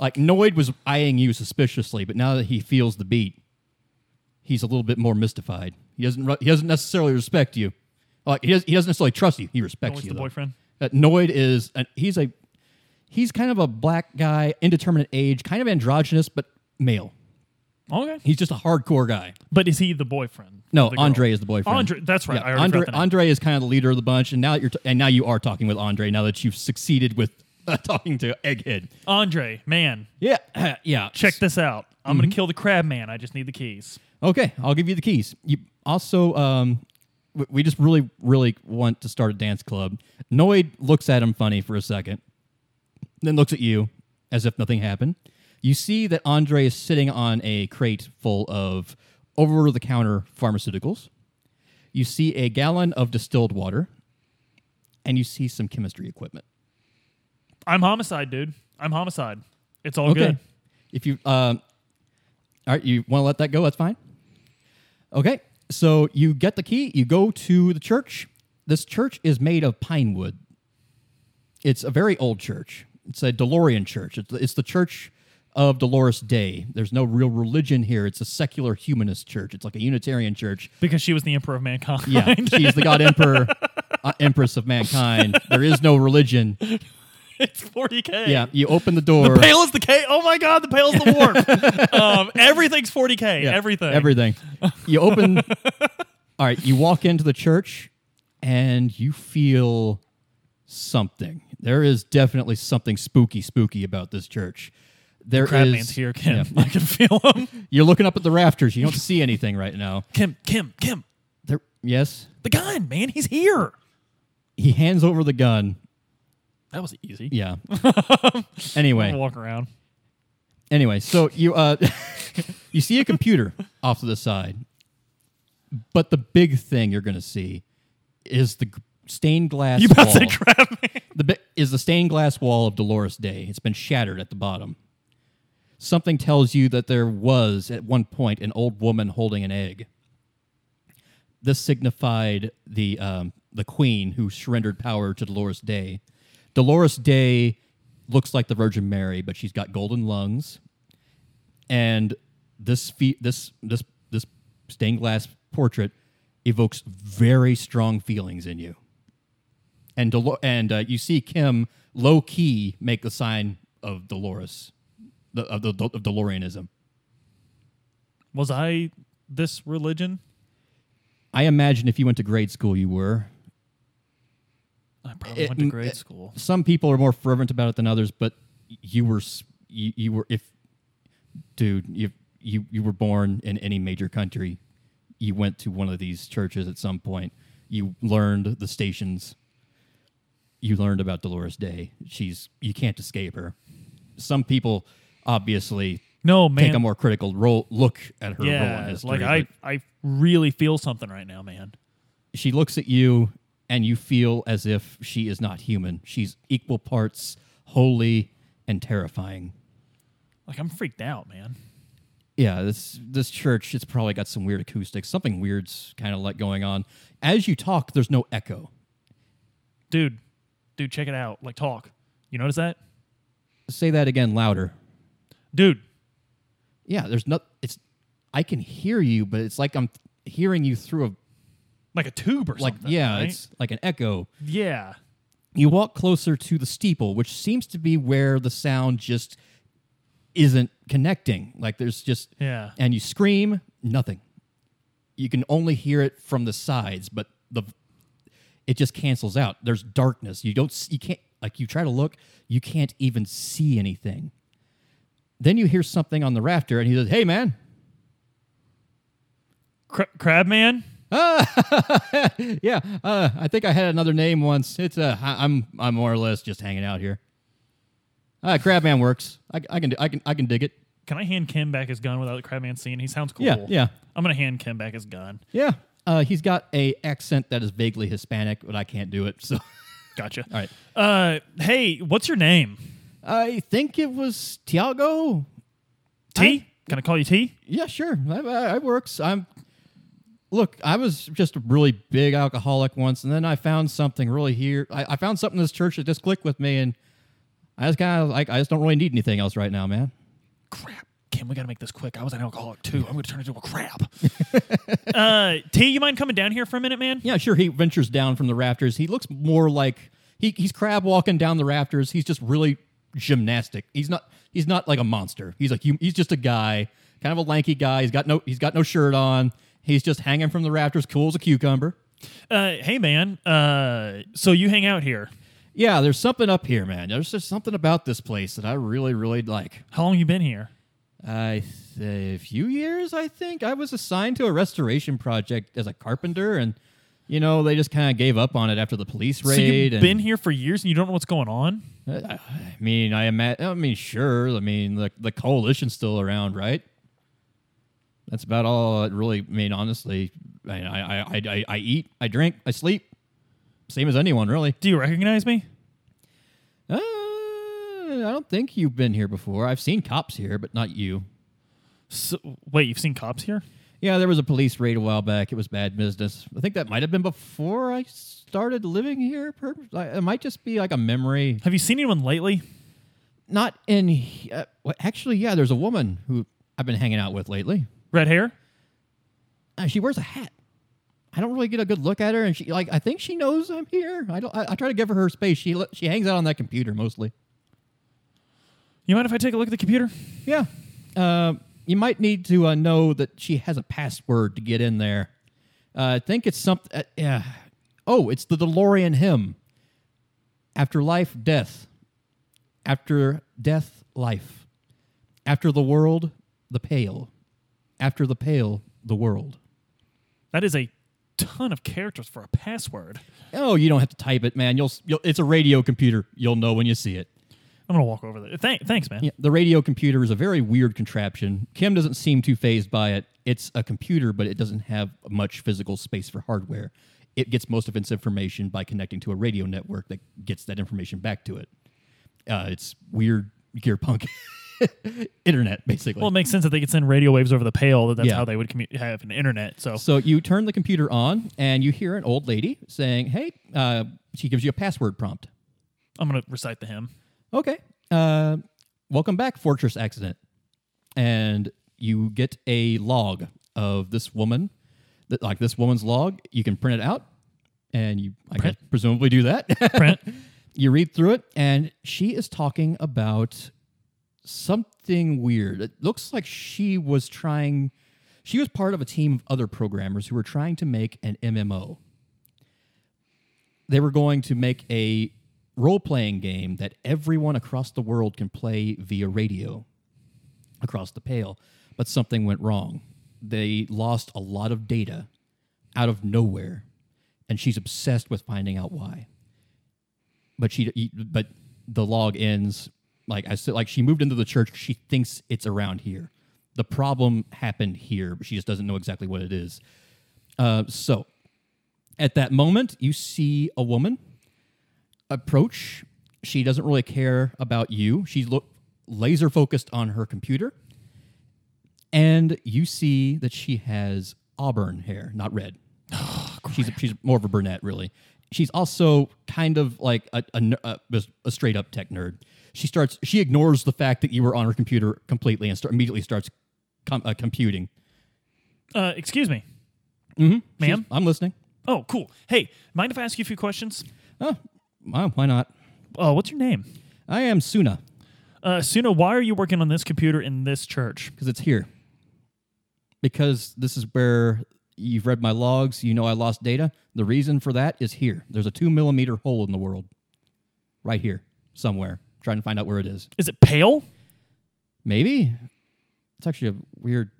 S2: like Noid was eyeing you suspiciously, but now that he feels the beat, he's a little bit more mystified. He doesn't. ru- He doesn't necessarily respect you. Like he, does, he doesn't necessarily trust you. He respects
S1: What's
S2: you.
S1: the
S2: though.
S1: boyfriend?
S2: Uh, Noid is an, he's a he's kind of a black guy, indeterminate age, kind of androgynous, but male.
S1: Okay.
S2: He's just a hardcore guy.
S1: But is he the boyfriend?
S2: No,
S1: of the girl?
S2: Andre is the boyfriend.
S1: Andre, that's right. I
S2: Yeah,
S1: already
S2: Andre,
S1: forgot the name.
S2: Andre is kind of the leader of the bunch, and now that you're t- and now you are talking with Andre. Now that you've succeeded with [LAUGHS] talking to Egghead,
S1: Andre, man,
S2: yeah, [CLEARS THROAT] yeah.
S1: check this out. I'm gonna
S2: Mm-hmm.
S1: kill the crab man. I just need the keys.
S2: Okay, I'll give you the keys. You also, um, w- we just really, really want to start a dance club. Noid looks at him funny for a second, then looks at you as if nothing happened. You see that Andre is sitting on a crate full of over-the-counter pharmaceuticals. You see a gallon of distilled water, and you see some chemistry equipment.
S1: I'm homicide, dude. I'm homicide. It's all good.
S2: If you, um, all right, you want to let that go? That's fine. Okay. So you get the key. You go to the church. This church is made of pine wood. It's a very old church. It's a Delorean church. It's the, it's the church of Dolores Day. There's no real religion here. It's a secular humanist church. It's like a Unitarian church.
S1: Because she was the emperor of mankind.
S2: Yeah, she's the god emperor, uh, empress of mankind. There is no religion.
S1: [LAUGHS] it's 40k.
S2: Yeah, you open the door.
S1: Pale is the K. Oh my God, the pale is the warp.
S2: [LAUGHS]
S1: um, everything's 40k. everything.
S2: Everything. You
S1: [LAUGHS]
S2: open. all right. You walk into the church and you feel something. There is definitely something spooky, spooky about this church. There
S1: Crab
S2: is-
S1: man's here, Kim.
S2: yeah.
S1: [LAUGHS] I can feel him.
S2: you're looking up at the rafters. You don't see anything right now.
S1: Kim, Kim, Kim.
S2: There. Yes.
S1: The gun, man. He's here.
S2: He hands over the gun.
S1: That was easy. [LAUGHS]
S2: Yeah. anyway.
S1: Walk
S2: [LAUGHS]
S1: around.
S2: Anyway. So you uh, [LAUGHS] you see a computer off to the side, but the big thing you're gonna see is the g- stained glass.
S1: You about
S2: wall.
S1: to say crab man?
S2: The bi- is the stained glass wall of Dolores Day. It's been shattered at the bottom. Something tells you that there was at one point an old woman holding an egg. This signified the um, the queen who surrendered power to Dolores Day. Dolores Day looks like the Virgin Mary, but she's got golden lungs, and this fe- this this this stained glass portrait evokes very strong feelings in you and Delo- and uh, you see Kim low key make the sign of Dolores, the, of the of Deloreanism.
S1: Was I this religion?
S2: I imagine if you went to grade school, you were.
S1: I probably
S2: It-
S1: went to
S2: mm,
S1: grade
S2: it-
S1: school.
S2: Some people are more fervent about it than others, but you were s- you, you were if dude you you you were born in any major country, you went to one of these churches at some point. You learned the stations. You learned about Dolores Day. She's you can't escape her. Some people obviously
S1: No, man.
S2: take a more critical role look at her role in
S1: yeah,
S2: history.
S1: like I,
S2: but
S1: I really feel something right now, man.
S2: she looks at you and you feel as if she is not human. She's equal parts holy and terrifying.
S1: Like I'm freaked out, man.
S2: Yeah, this this church it's probably got some weird acoustics. Something weird's kind of like going on. As you talk, there's no echo.
S1: Dude, dude, check it out. Like talk. You notice that?
S2: Say that again louder.
S1: Dude,
S2: Yeah, there's not it's I can hear you, but it's like I'm hearing you through a
S1: like a tube or
S2: like
S1: something.
S2: yeah,
S1: right?
S2: it's like an echo.
S1: Yeah.
S2: you walk closer to the steeple, which seems to be where the sound just isn't connecting. Like there's just
S1: Yeah.
S2: and you scream, nothing. You can only hear it from the sides, but the it just cancels out. There's darkness. You don't s- you can't like you try to look, you can't even see anything. Then you hear something on the rafter and he says, "Hey man."
S1: Cra- crab man?
S2: Yeah, uh, I think I had another name once. It's uh, I- I'm I'm more or less just hanging out here. Uh, Crabman works. I, I can I can I can dig it.
S1: Can I hand Kim back his gun without the crab man seeing? He sounds cool.
S2: Yeah, yeah.
S1: I'm gonna hand Kim back his gun.
S2: Yeah. Uh, he's got a accent that is vaguely Hispanic, but I can't do it. So, [LAUGHS] all
S1: Gotcha.
S2: right.
S1: Uh hey, what's your name?
S2: I think it was Tiago.
S1: T? Can I call you T?
S2: Yeah, sure. I, I, I works. I'm. Look, I was just a really big alcoholic once, and then I found something really here. I, I found something in this church that just clicked with me, and I just kind of like I just don't really need anything else right now, man.
S1: Crap. Kim, we gotta make this quick. I was an alcoholic too. I'm gonna turn into a
S2: [LAUGHS]
S1: crab. uh T, you mind coming down here for a minute, man?
S2: Yeah, sure. He ventures down from the rafters. He looks more like he, he's crab walking down the rafters. He's just really gymnastic. He's not he's not like a monster. He's like he's just a guy, kind of a lanky guy. He's got no he's got no shirt on. He's just hanging from the rafters, cool as a cucumber.
S1: Uh, hey, man. Uh, so you hang out here.
S2: Yeah, there's something up here, man. There's just something about this place that I really really like.
S1: How long you been here?
S2: I th- a few years, I think. I was assigned to a restoration project as a carpenter, and you know they just kind of gave up on it after the police raid.
S1: so you've
S2: and-
S1: been here for years and you don't know what's going on?
S2: I I mean, I ima- I mean, sure. I mean, the the coalition's still around, right? That's about all. It really, I mean, honestly, I I, I, I I eat, I drink, I sleep, same as anyone, really.
S1: Do you recognize me?
S2: Uh, I don't think you've been here before. I've seen cops here, but not you.
S1: So, wait, you've seen cops here?
S2: Yeah, there was a police raid a while back. It was bad business. I think that might have been before I started living here. per- I- It might just be like a memory.
S1: Have you seen anyone lately?
S2: Not in. he- Uh, well, actually, yeah, there's a woman who I've been hanging out with lately.
S1: Red hair?
S2: Uh, she wears a hat. I don't really get a good look at her, and she like I think she knows I'm here. I don't. I, I try to give her her space. She li- she hangs out on that computer mostly.
S1: You mind if I take a look at the computer?
S2: Yeah. Uh, you might need to uh, know that she has a password to get in there. Uh, I think it's something. Uh, yeah. Oh, it's the DeLorean hymn. After life, death. After death, life. After the world, the pale. After the pale, the world.
S1: That is a ton of characters for a password.
S2: Oh, you don't have to type it, man. You'll, you'll it's a radio computer. You'll know when you see it.
S1: I'm gonna walk over there. Thank, thanks, man.
S2: Yeah, the radio computer is a very weird contraption. Kim doesn't seem too phased by it. It's a computer, but it doesn't have much physical space for hardware. It gets most of its information by connecting to a radio network that gets that information back to it. Uh, it's weird gear punk [LAUGHS] internet, basically.
S1: Well, it makes sense that they could send radio waves over the pale. That that's
S2: Yeah.
S1: how they would commu- have an internet. So
S2: So you turn the computer on, and you hear an old lady saying, "Hey," uh, she gives you a password prompt.
S1: I'm gonna recite the hymn.
S2: Okay. Uh, welcome back, Fortress Accident. And you get a log of this woman, th- like this woman's log. You can print it out, and you I guess, presumably do that. [LAUGHS]
S1: Print.
S2: you read through it, and she is talking about something weird. It looks like she was trying. She was part of a team of other programmers who were trying to make an MMO they were going to make a role playing game that everyone across the world can play via radio across the pale. But something went wrong. They lost a lot of data out of nowhere, and she's obsessed with finding out why. But she, but the log ends like I said, like she moved into the church. She thinks it's around here. The problem happened here, but she just doesn't know exactly what it is. Uh, so at that moment, you see a woman approach. She doesn't really care about you. She's look laser focused on her computer. And you see that she has auburn hair, not red. she's she's more of a brunette, really. She's also kind of like a, a, ner- a, a straight up tech nerd. She starts. She ignores the fact that you were on her computer completely and start, immediately starts com- uh, computing.
S1: Uh, excuse me,
S2: She's-
S1: ma'am.
S2: I'm listening.
S1: Oh, cool. Hey, mind if I ask you a few questions?
S2: Oh, wow, why not?
S1: Uh, what's your name?
S2: I am Suna.
S1: Uh, Suna, why are you working on this computer in this church?
S2: because it's here. Because this is where you've read my logs, you know I lost data. The reason for that is here. There's a two millimeter hole in the world, right here, somewhere. Trying to find out where it is.
S1: Is it pale?
S2: Maybe it's actually a weird.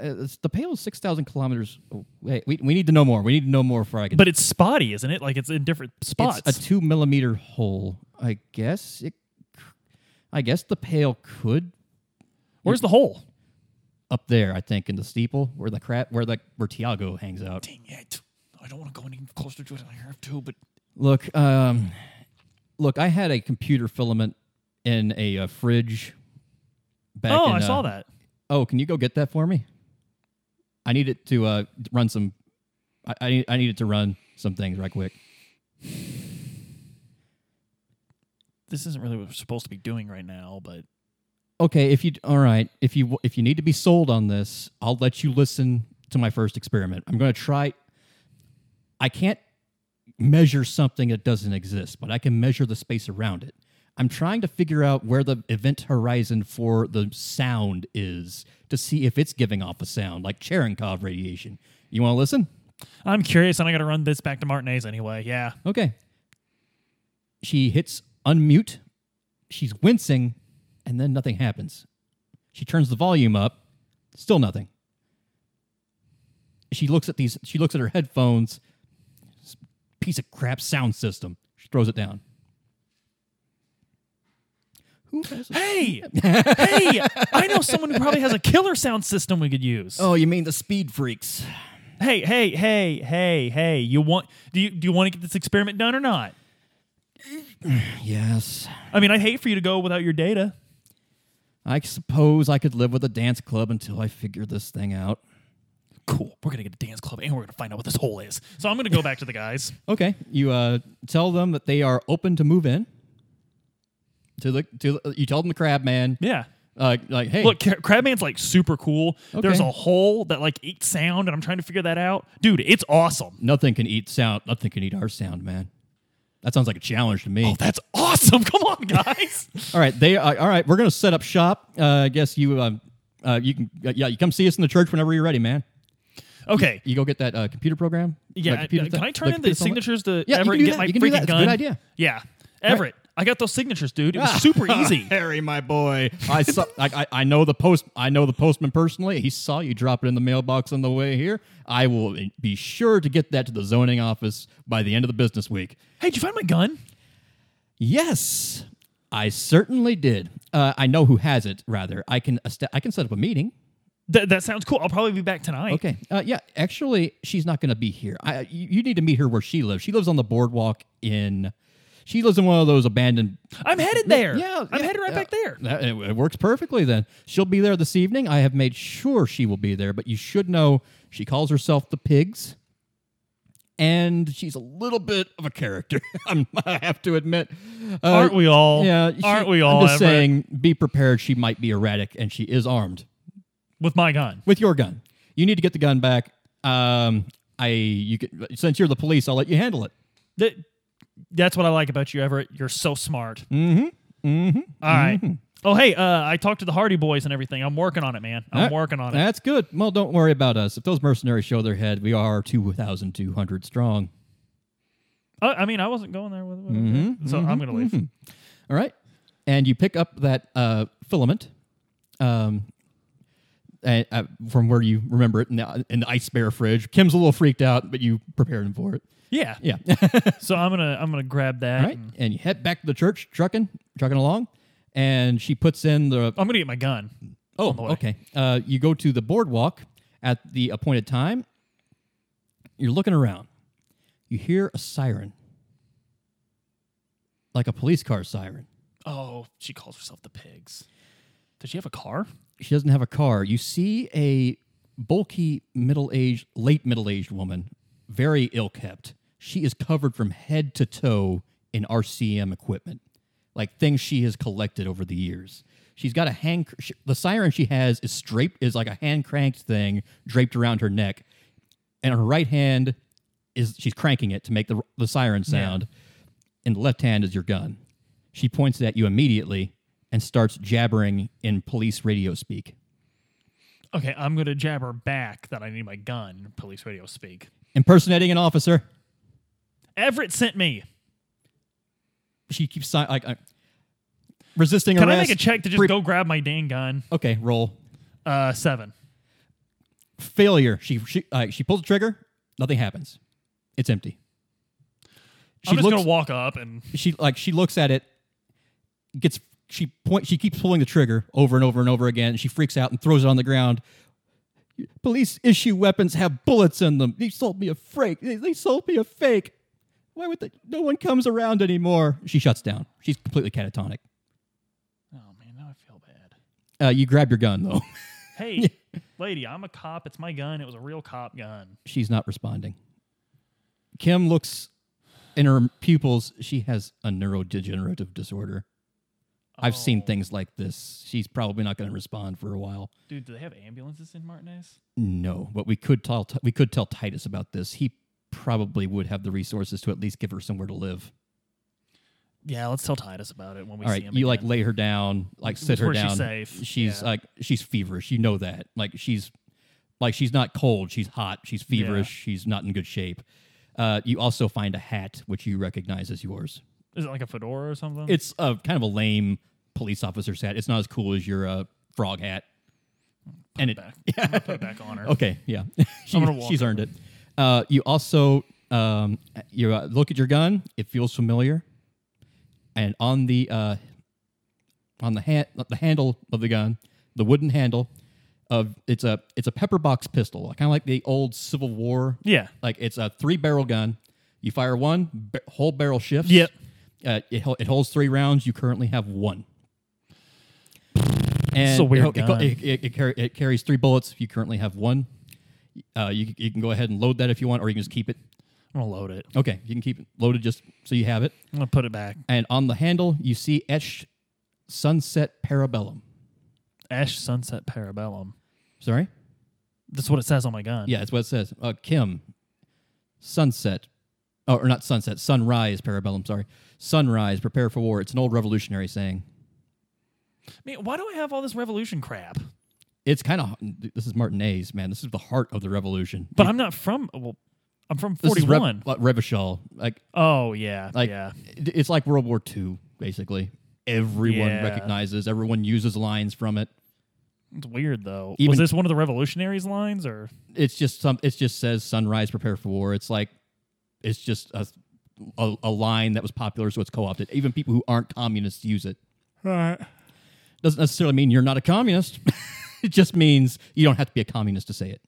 S2: uh, It's, the pale is six thousand kilometers. Wait, we, we need to know more. We need to know more before I can.
S1: But it's spotty, isn't it? Like it's in different spots.
S2: it's a two millimeter hole. I guess it. c- I guess the pale could
S1: Where's the hole?
S2: up there. I think in the steeple where the crap where the where Tiago hangs out.
S1: Dang it! I don't want to go any closer to it. than I have to, but
S2: Look, um, look, I had a computer filament in a, uh fridge. Back
S1: oh,
S2: in,
S1: I saw
S2: uh,
S1: that.
S2: Oh, can you go get that for me? I need it to uh, run some. I, I need I need it to run some things right quick.
S1: This isn't really what we're supposed to be doing right now, but
S2: Okay, if you all right, if you if you need to be sold on this, I'll let you listen to my first experiment. I'm going to try. I can't measure something that doesn't exist, but I can measure the space around it. I'm trying to figure out where the event horizon for the sound is to see if it's giving off a sound like Cherenkov radiation. You want to listen?
S1: I'm curious, and I got to run this back to Martinez anyway. Yeah.
S2: Okay. She hits unmute. She's wincing, and then nothing happens. She turns the volume up. Still nothing. She looks at these. She looks at her headphones. S- Piece of crap sound system. She throws it down. Who has a-
S1: Hey, hey! I know someone who probably has a killer sound system we could use.
S2: Oh, you mean the speed freaks?
S1: Hey, hey, hey, hey, hey! You want? Do you do you want to get this experiment done or not?
S2: Yes.
S1: I mean, I'd hate for you to go without your data.
S2: I suppose I could live with a dance club until I figure this thing out.
S1: Cool. We're gonna get a dance club, and we're gonna find out what this hole is. So I'm gonna go back to the guys.
S2: Okay, you uh, tell them that they are open to move in. To the to the, you tell them the crab man.
S1: Yeah.
S2: Uh, like hey,
S1: Look, Ca- Crabman's like super cool. There's
S2: Okay.
S1: a hole that like eats sound, and I'm trying to figure that out. Dude, it's awesome.
S2: nothing can eat sound. Nothing can eat our sound, man. That sounds like a challenge to me.
S1: Oh, that's awesome. [LAUGHS] Come on,
S2: [LAUGHS]
S1: guys.
S2: all right, they uh, all right. We're gonna set up shop. Uh, I guess you um, uh, you can uh, yeah, you come see us in the church whenever you're ready, man.
S1: Okay.
S2: You go get that uh, computer program.
S1: Yeah.
S2: That computer
S1: uh,
S2: thing-
S1: can I turn in the
S2: computer software?
S1: signatures to
S2: Yeah, you
S1: Everett
S2: can do
S1: and get
S2: that.
S1: my
S2: You can do
S1: freaking
S2: that. It's a
S1: gun?
S2: good idea.
S1: Yeah. Everett, I got those signatures, dude. It was
S2: [LAUGHS]
S1: super easy.
S2: Harry, my boy. I, saw, I, I I know the post. I know the postman personally. He saw you drop it in the mailbox on the way here. I will be sure to get that to the zoning office by the end of the business week.
S1: Hey, did you find my gun?
S2: Yes, I certainly did. Uh, I know who has it. Rather, I can est- I can set up a meeting.
S1: That that sounds cool. I'll probably be back tonight.
S2: Okay. Uh, yeah. Actually, she's not going to be here. I you, you need to meet her where she lives. She lives on the boardwalk in. She lives in one of those abandoned
S1: I'm headed there.
S2: Yeah,
S1: I'm
S2: yeah,
S1: headed right
S2: yeah.
S1: back there.
S2: That, it, it works perfectly then. She'll be there this evening. I have made sure she will be there, but you should know she calls herself the Pigs. And she's a little bit of a character. [LAUGHS] I'm, I have to admit. Uh,
S1: Aren't we all?
S2: Yeah, she-
S1: Aren't we all?
S2: I'm just
S1: Everett?
S2: saying, be prepared. She might be erratic, and she is armed
S1: with my gun.
S2: with your gun. You need to get the gun back. Um, I you could, since you're the police, I'll let you handle it.
S1: That that's what I like about you, Everett. You're so smart. Mm-hmm. Mm-hmm. right. Oh, hey, uh, I talked to the Hardy Boys and everything. I'm working on it, man. I'm
S2: All right.
S1: working on it.
S2: That's good. Well, don't worry about us. If those mercenaries show their head, we are 2,200 strong.
S1: Uh, I mean, I wasn't going there with, with
S2: Mm-hmm.
S1: so I'm gonna leave.
S2: All right. And you pick up that uh, filament um, uh, uh, from where you remember it in the, in the ice bear fridge. Kim's a little freaked out, but you prepare him for it.
S1: Yeah. [LAUGHS]
S2: Yeah. All
S1: So I'm gonna I'm gonna grab that.
S2: right. And you head back to the church, trucking, trucking along. And she puts in the.
S1: I'm gonna get my gun.
S2: Oh,
S1: on the way.
S2: okay. Uh, you go to the boardwalk at the appointed time. You're looking around. You hear a siren, like a police car siren.
S1: Oh, she calls herself the pigs. Does she have a car?
S2: she doesn't have a car. You see a bulky middle aged, late middle aged woman, very ill kept. She is covered from head to toe in RCM equipment, like things she has collected over the years. She's got a hand. cr- sh the siren she has is draped is like a hand cranked thing draped around her neck, and her right hand is she's cranking it to make the the siren sound, and the left hand is your gun. She points it at you immediately and starts jabbering in police radio speak.
S1: Okay, I'm gonna jabber back that I need my gun. Police radio speak.
S2: impersonating an officer.
S1: Everett sent me.
S2: She keeps si- like uh, resisting
S1: Can I
S2: arrest.
S1: make a check to just
S2: Pre-
S1: go grab my dang gun?
S2: Okay, roll
S1: Uh, seven.
S2: failure. She she uh, she pulls the trigger. Nothing happens. It's empty. She
S1: I'm just
S2: looks.
S1: gonna walk up and
S2: she like she looks at it. Gets she point. She keeps pulling the trigger over and over and over again. She freaks out and throws it on the ground. Police issue weapons have bullets in them. They sold me a fake. They, they sold me a fake. Why would they? No one comes around anymore. She shuts down. She's completely catatonic.
S1: Oh man, now I feel bad.
S2: Uh, you grab your gun though. [LAUGHS]
S1: Hey, [LAUGHS] lady, I'm a cop. It's my gun. It was a real cop gun.
S2: she's not responding. Kim looks in her pupils. She has a neurodegenerative disorder. I've seen
S1: Oh.
S2: things like this. She's probably not going to respond for a while.
S1: Dude, do they have ambulances in Martinez?
S2: No, but we could tell we could tell Titus about this. He probably would have the resources to at least give her somewhere to live.
S1: Yeah, let's tell Titus about it when we
S2: All
S1: see
S2: right,
S1: him.
S2: you like
S1: again.
S2: lay her down, like sit her
S1: where she's
S2: down.
S1: safe,
S2: She's
S1: yeah.
S2: like she's feverish. You know that. Like she's like she's not cold. She's hot. She's feverish. She's not in good shape. Uh, you also find a hat which you recognize as yours.
S1: is it like a fedora or something?
S2: It's a kind of a lame police officer's hat. It's not as cool as your uh, frog hat. and
S1: [LAUGHS]
S2: it
S1: back. I'm gonna put it back on her.
S2: okay, yeah, she,
S1: I'm gonna walk
S2: [LAUGHS] she's earned it. Uh, you also um, you uh, look at your gun. It feels familiar, and on the uh, on the hand the handle of the gun, the wooden handle of it's a it's a pepper box pistol, kind of like the old Civil War.
S1: Yeah.
S2: like it's a three barrel gun. You fire one, b- whole barrel shifts.
S1: Yep.
S2: Uh, it, hol- it holds three rounds. You currently have one. And
S1: a weird
S2: it, it-
S1: gun.
S2: It, it- it carry- it carries three bullets. You currently have one. Uh, you, you can go ahead and load that if you want, or you can just keep it.
S1: I'm gonna load it.
S2: Okay, you can keep it loaded just so you have it.
S1: I'm gonna put it back.
S2: And on the handle, you see etched sunset parabellum.
S1: Ash Sunset Parabellum.
S2: Sorry?
S1: That's what it says on my gun.
S2: Yeah, that's what it says. Uh, Kim, sunset, oh, or not sunset, sunrise parabellum, sorry. Sunrise, prepare for war. It's an old revolutionary saying.
S1: I mean, why do I have all this revolution crap?
S2: It's kind of, this is Martin A's, man. This is the heart of the revolution.
S1: But I'm not from. uh, Well, I'm from
S2: This is
S1: 41.
S2: Rev- like Revachol. Like,
S1: oh yeah,
S2: like
S1: yeah.
S2: it- it's like World War II, basically. Everyone
S1: Yeah.
S2: recognizes. Everyone uses lines from it.
S1: It's weird though.
S2: Even-
S1: Was this one of the revolutionaries' lines or?
S2: It's just some. It just says "Sunrise, prepare for war." It's like, it's just a, a, a line that was popular, so it's co-opted. Even people who aren't communists use it.
S1: Right.
S2: Doesn't necessarily mean you're not a communist. [LAUGHS] it just means you don't have to be a communist to say it.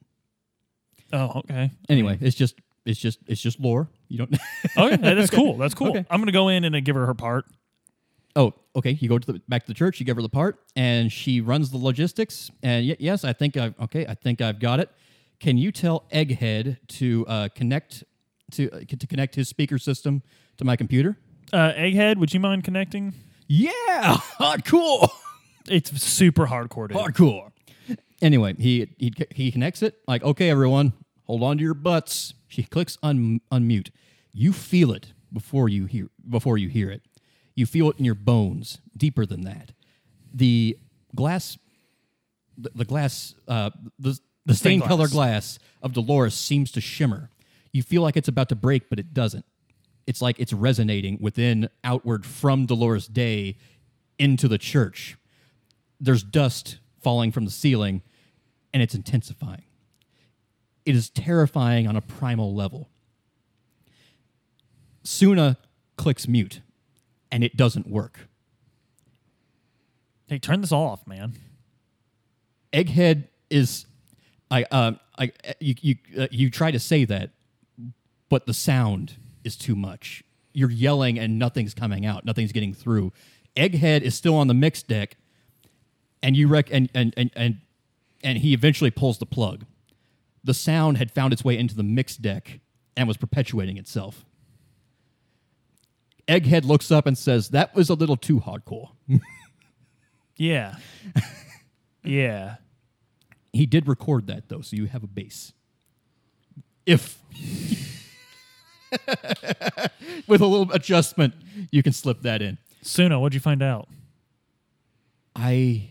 S1: Oh [LAUGHS] okay.
S2: Anyway, it's just, it's just, it's just lore. You don't. [LAUGHS]
S1: Oh yeah, that's cool. That's cool.
S2: Okay.
S1: I'm gonna go in and uh, give her her part.
S2: Oh, okay. You go to the back to the church. You give her the part, and she runs the logistics. And y- yes, I think I've okay. I think I've got it. Can you tell Egghead to uh, connect to uh, to connect his speaker system to my computer?
S1: Uh, Egghead, would you mind connecting?
S2: Yeah, [LAUGHS] hardcore,
S1: It's super hardcore. Dude.
S2: hardcore. Anyway, he he he connects it. Like, okay, everyone, hold on to your butts. She clicks un, unmute. You feel it before you hear before you hear it. You feel it in your bones, deeper than that. The glass the, the glass, uh, the, the stained
S1: glass.
S2: color glass of Dolores seems to shimmer. You feel like it's about to break, but it doesn't. It's like it's resonating within, outward from Dolores Day into the church. There's dust falling from the ceiling, and it's intensifying. It is terrifying on a primal level. Suna clicks mute, and it doesn't work.
S1: Hey, turn this off, man.
S2: Egghead is, I, um, I, you, you, uh, you try to say that, but the sound is too much. You're yelling and nothing's coming out. Nothing's getting through. Egghead is still on the mix deck, and you rec- and, and and and and he eventually pulls the plug. The sound had found its way into the mix deck and was perpetuating itself. Egghead looks up and says, "That was a little too hardcore." [LAUGHS]
S1: Yeah. yeah.
S2: He did record that though, so you have a base. If [LAUGHS] with a little adjustment, you can slip that in.
S1: Suno, what'd you find out?
S2: I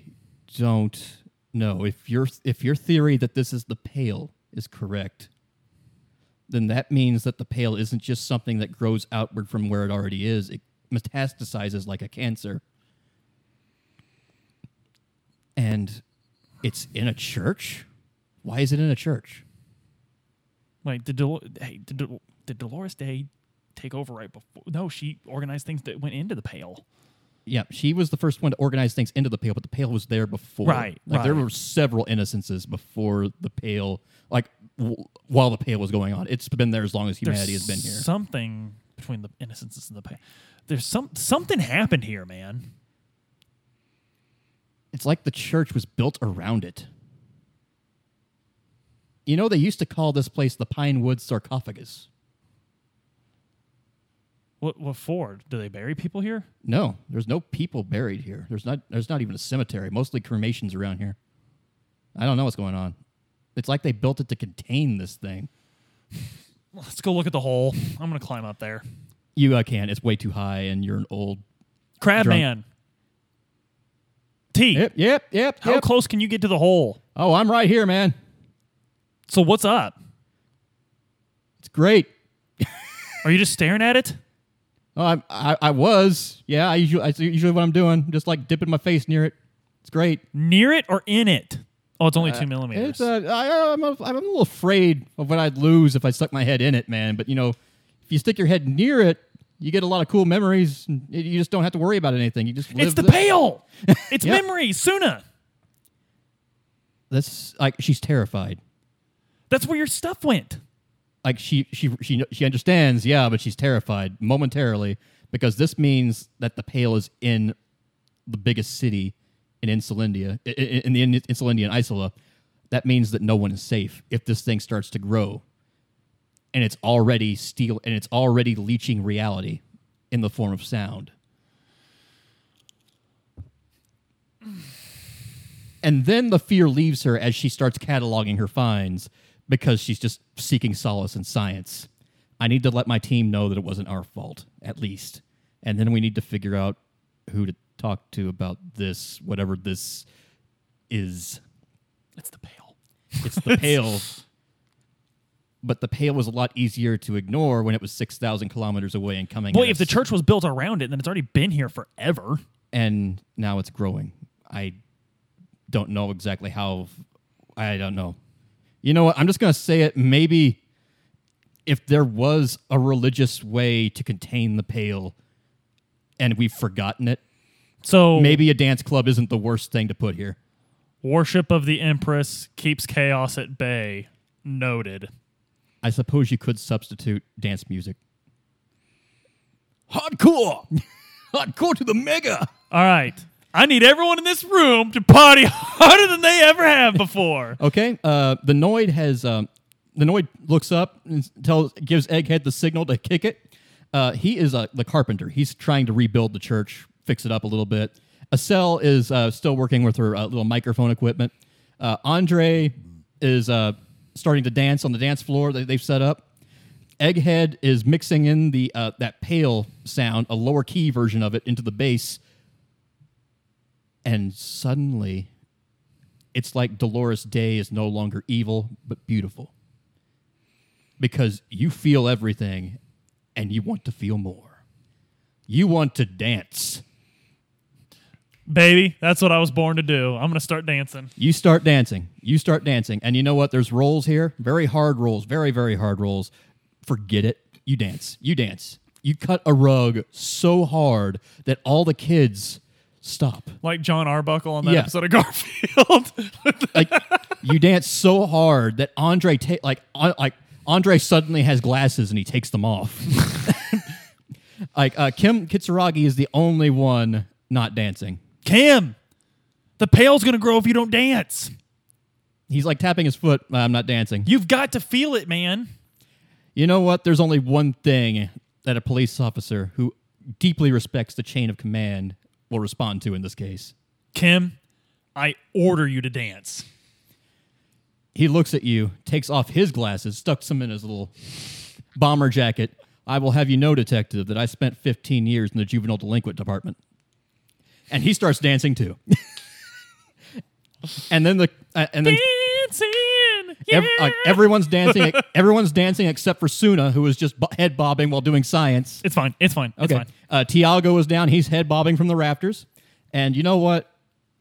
S2: don't know if your if your theory that this is the pale is correct. Then that means that the pale isn't just something that grows outward from where it already is. It metastasizes like a cancer. And it's in a church? Why is it in a church?
S1: Like, did Dol- hey, did, Dol- did Dolores Day take over right before? No, she organized things that went into the pale.
S2: Yeah, she was the first one to organize things into the pale, but the pale was there before.
S1: Right,
S2: Like there
S1: right.
S2: were several innocences before the pale, like w- while the pale was going on. It's been there as long as humanity has been here.
S1: Something between the innocents and the pale. There's some something happened here, man.
S2: It's like the church was built around it. You know, they used to call this place the Pinewood Sarcophagus.
S1: What what for? Do they bury people here?
S2: No, there's no people buried here. There's not. There's not even a cemetery. Mostly cremations around here. I don't know what's going on. It's like they built it to contain this thing.
S1: Let's go look at the hole. I'm gonna climb up there.
S2: You uh, can't. It's way too high, and you're an old.
S1: Crabman. T.
S2: Yep, yep, yep.
S1: How
S2: yep.
S1: close can you get to the hole?
S2: oh, I'm right here, man.
S1: So what's up?
S2: It's great.
S1: Are you just staring at it?
S2: Oh, I, I, I was. Yeah, I usually, that's usually what I'm doing. Just like dipping my face near it. It's great.
S1: Near it or in it? Oh, it's only two millimeters.
S2: It's, uh, I, I'm, a, I'm a little afraid of what I'd lose if I stuck my head in it, man. But you know, if you stick your head near it, you get a lot of cool memories. And y- you just don't have to worry about anything. You just live
S1: It's the
S2: the- [LAUGHS]
S1: pail. It's
S2: Yeah.
S1: memory. Suna.
S2: That's like she's terrified.
S1: That's where your stuff went.
S2: Like she she she kn- she understands, yeah, but she's terrified momentarily because this means that the pale is in the biggest city in Insulindia, i- i- in the in- Insulindia and Isola. That means that no one is safe if this thing starts to grow, and it's already steal and it's already leeching reality in the form of sound. And then the fear leaves her as she starts cataloging her finds because she's just seeking solace in science. I need to let my team know that it wasn't our fault, at least. And then we need to figure out who to talk to about this, whatever this is.
S1: It's the pail. [LAUGHS]
S2: It's the pale. But the pale was a lot easier to ignore when it was 6,000 kilometers away and coming.
S1: Boy,
S2: at
S1: if the
S2: us.
S1: church was built around it, then it's already been here forever.
S2: and now it's growing. I don't know exactly how. I don't know. You know what? I'm just gonna say it. Maybe if there was a religious way to contain the pale, and we've forgotten it,
S1: So
S2: maybe a dance club isn't the worst thing to put here.
S1: worship of the Empress keeps chaos at bay. Noted.
S2: I suppose you could substitute dance music. Hardcore, [LAUGHS] hardcore to the mega.
S1: All right. I need everyone in this room to party [LAUGHS] harder than they ever have
S2: [LAUGHS]
S1: before.
S2: Okay. Uh, the Noid has um, the Noid looks up and tells gives Egghead the signal to kick it. Uh, he is uh, the carpenter. He's trying to rebuild the church, fix it up a little bit. Acel is uh, still working with her uh, little microphone equipment. Uh, Andre is uh, starting to dance on the dance floor that they've set up. Egghead is mixing in the uh, that pale sound, a lower key version of it, into the bass, and suddenly it's like Dolores Day is no longer evil but beautiful. Because you feel everything and you want to feel more. You want to dance.
S1: Baby, that's what I was born to do. I'm going to start dancing.
S2: You start dancing. You start dancing. And you know what? There's roles here. Very hard roles. Very, very hard roles. Forget it. You dance. You dance. You cut a rug so hard that all the kids stop.
S1: Like John Arbuckle on that
S2: Yeah.
S1: episode of [LAUGHS] Garfield.
S2: like you dance so hard that Andre ta- like on, like Andre suddenly has glasses and he takes them off. [LAUGHS] like uh, Kim Kitsuragi is the only one not dancing.
S1: Cam, the pail's going to grow if you don't dance.
S2: He's like tapping his foot. "Uh, I'm not dancing.
S1: You've got to feel it, man.
S2: You know what? There's only one thing that a police officer who deeply respects the chain of command will respond to in this case.
S1: Kim, I order you to dance.
S2: He looks at you, takes off his glasses, stucks them in his little bomber jacket. I will have you know, detective, that I spent 15 years in the juvenile delinquent department. And he starts dancing too. [LAUGHS] and then the uh, and then
S1: Dancing. Yeah.
S2: ev- like, everyone's dancing, everyone's dancing except for Suna, who is just bo- head bobbing while doing science.
S1: it's fine. It's fine. It's
S2: Okay.
S1: fine.
S2: Uh, Tiago is down. He's head bobbing from the rafters. And you know what?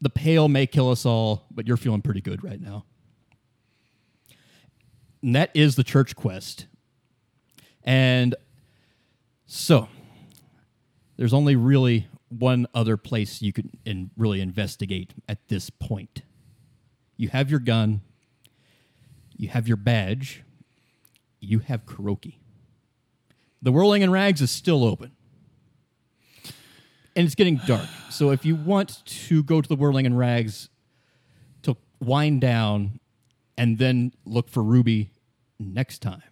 S2: The pale may kill us all, but you're feeling pretty good right now. And that is the church quest. And so there's only really one other place you can in really investigate at this point. You have your gun, you have your badge, you have Kuroki. The Whirling and Rags is still open. And it's getting dark. So if you want to go to the Whirling and Rags to wind down and then look for Ruby next time.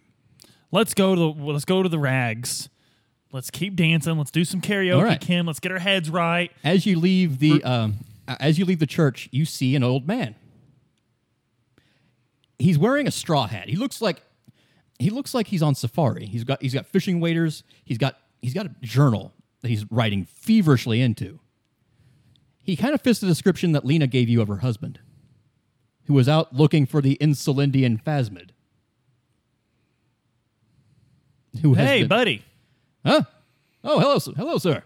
S1: Let's go to the well, let's go to the rags. Let's keep dancing. Let's do some karaoke,
S2: All right.
S1: Kim. Let's get our heads right.
S2: As you leave the um, as you leave the church, you see an old man. He's wearing a straw hat. He looks like he looks like he's on safari. He's got he's got fishing waders. He's got he's got a journal that he's writing feverishly into. He kind of fits the description that Lena gave you of her husband, who was out looking for the Insulindian phasmid. Who has
S1: Hey,
S2: been-
S1: buddy.
S2: Huh? Oh, hello, sir. hello, sir.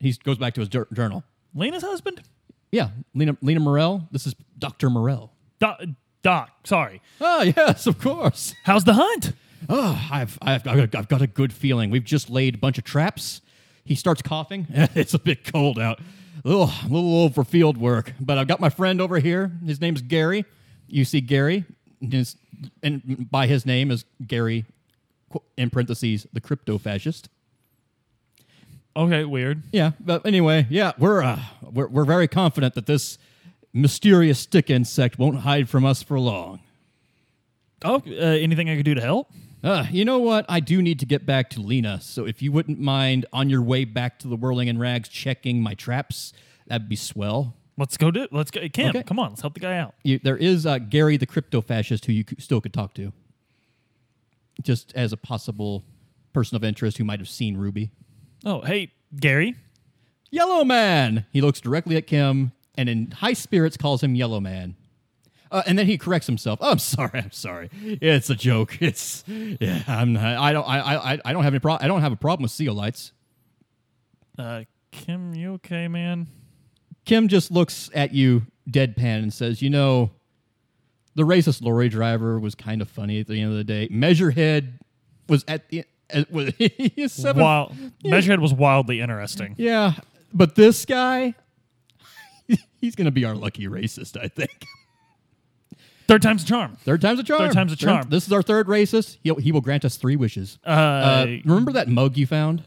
S2: He goes back to his dir- journal.
S1: Lena's husband?
S2: Yeah, Lena, Lena Morel. This is Doctor Morel.
S1: Doc, Doc, sorry.
S2: Oh, yes, of course.
S1: How's the hunt?
S2: Oh, I've, I've, I've got- I've got a good feeling. We've just laid a bunch of traps. He starts coughing. [LAUGHS] it's a bit cold out. Oh, a little old for field work. But I've got my friend over here. His name's Gary. You see Gary, and his- and by his name is Gary, qu- in parentheses, the crypto fascist.
S1: Okay, weird.
S2: Yeah, but anyway, yeah, we're uh, we're, we're very confident that this mysterious stick insect won't hide from us for long.
S1: Oh, uh, anything I could do to help?
S2: Uh, you know what? I do need to get back to Lena, so if you wouldn't mind on your way back to the Whirling and Rags checking my traps, that'd be swell.
S1: Let's go do. Let's go. Cam,
S2: Okay.
S1: come on. Let's help the guy out.
S2: You, there is uh, Gary the crypto fascist who you c- still could talk to, just as a possible person of interest who might have seen Ruby.
S1: Oh, hey, Gary.
S2: Yellow Man. He looks directly at Kim and in high spirits calls him Yellow Man. Uh, and then he corrects himself. Oh, I'm sorry. I'm sorry. It's a joke. It's yeah. I'm not. I don't. I. I. I- I don't have any problem. I don't have a problem with zeolites.
S1: Uh, Kim, you okay, man?
S2: Kim just looks at you deadpan and says, "You know, the racist lorry driver was kind of funny at the end of the day. Measurehead was at the. At, [LAUGHS] was, he is seven.
S1: Wow, Measurehead was wildly interesting.
S2: Yeah, but this guy, [LAUGHS] he's gonna be our lucky racist. I think."
S1: Third time's a charm.
S2: Third time's a charm.
S1: Third time's a charm.
S2: this is our third racist. He'll, he will grant us three wishes.
S1: Uh,
S2: Uh, remember that mug you found?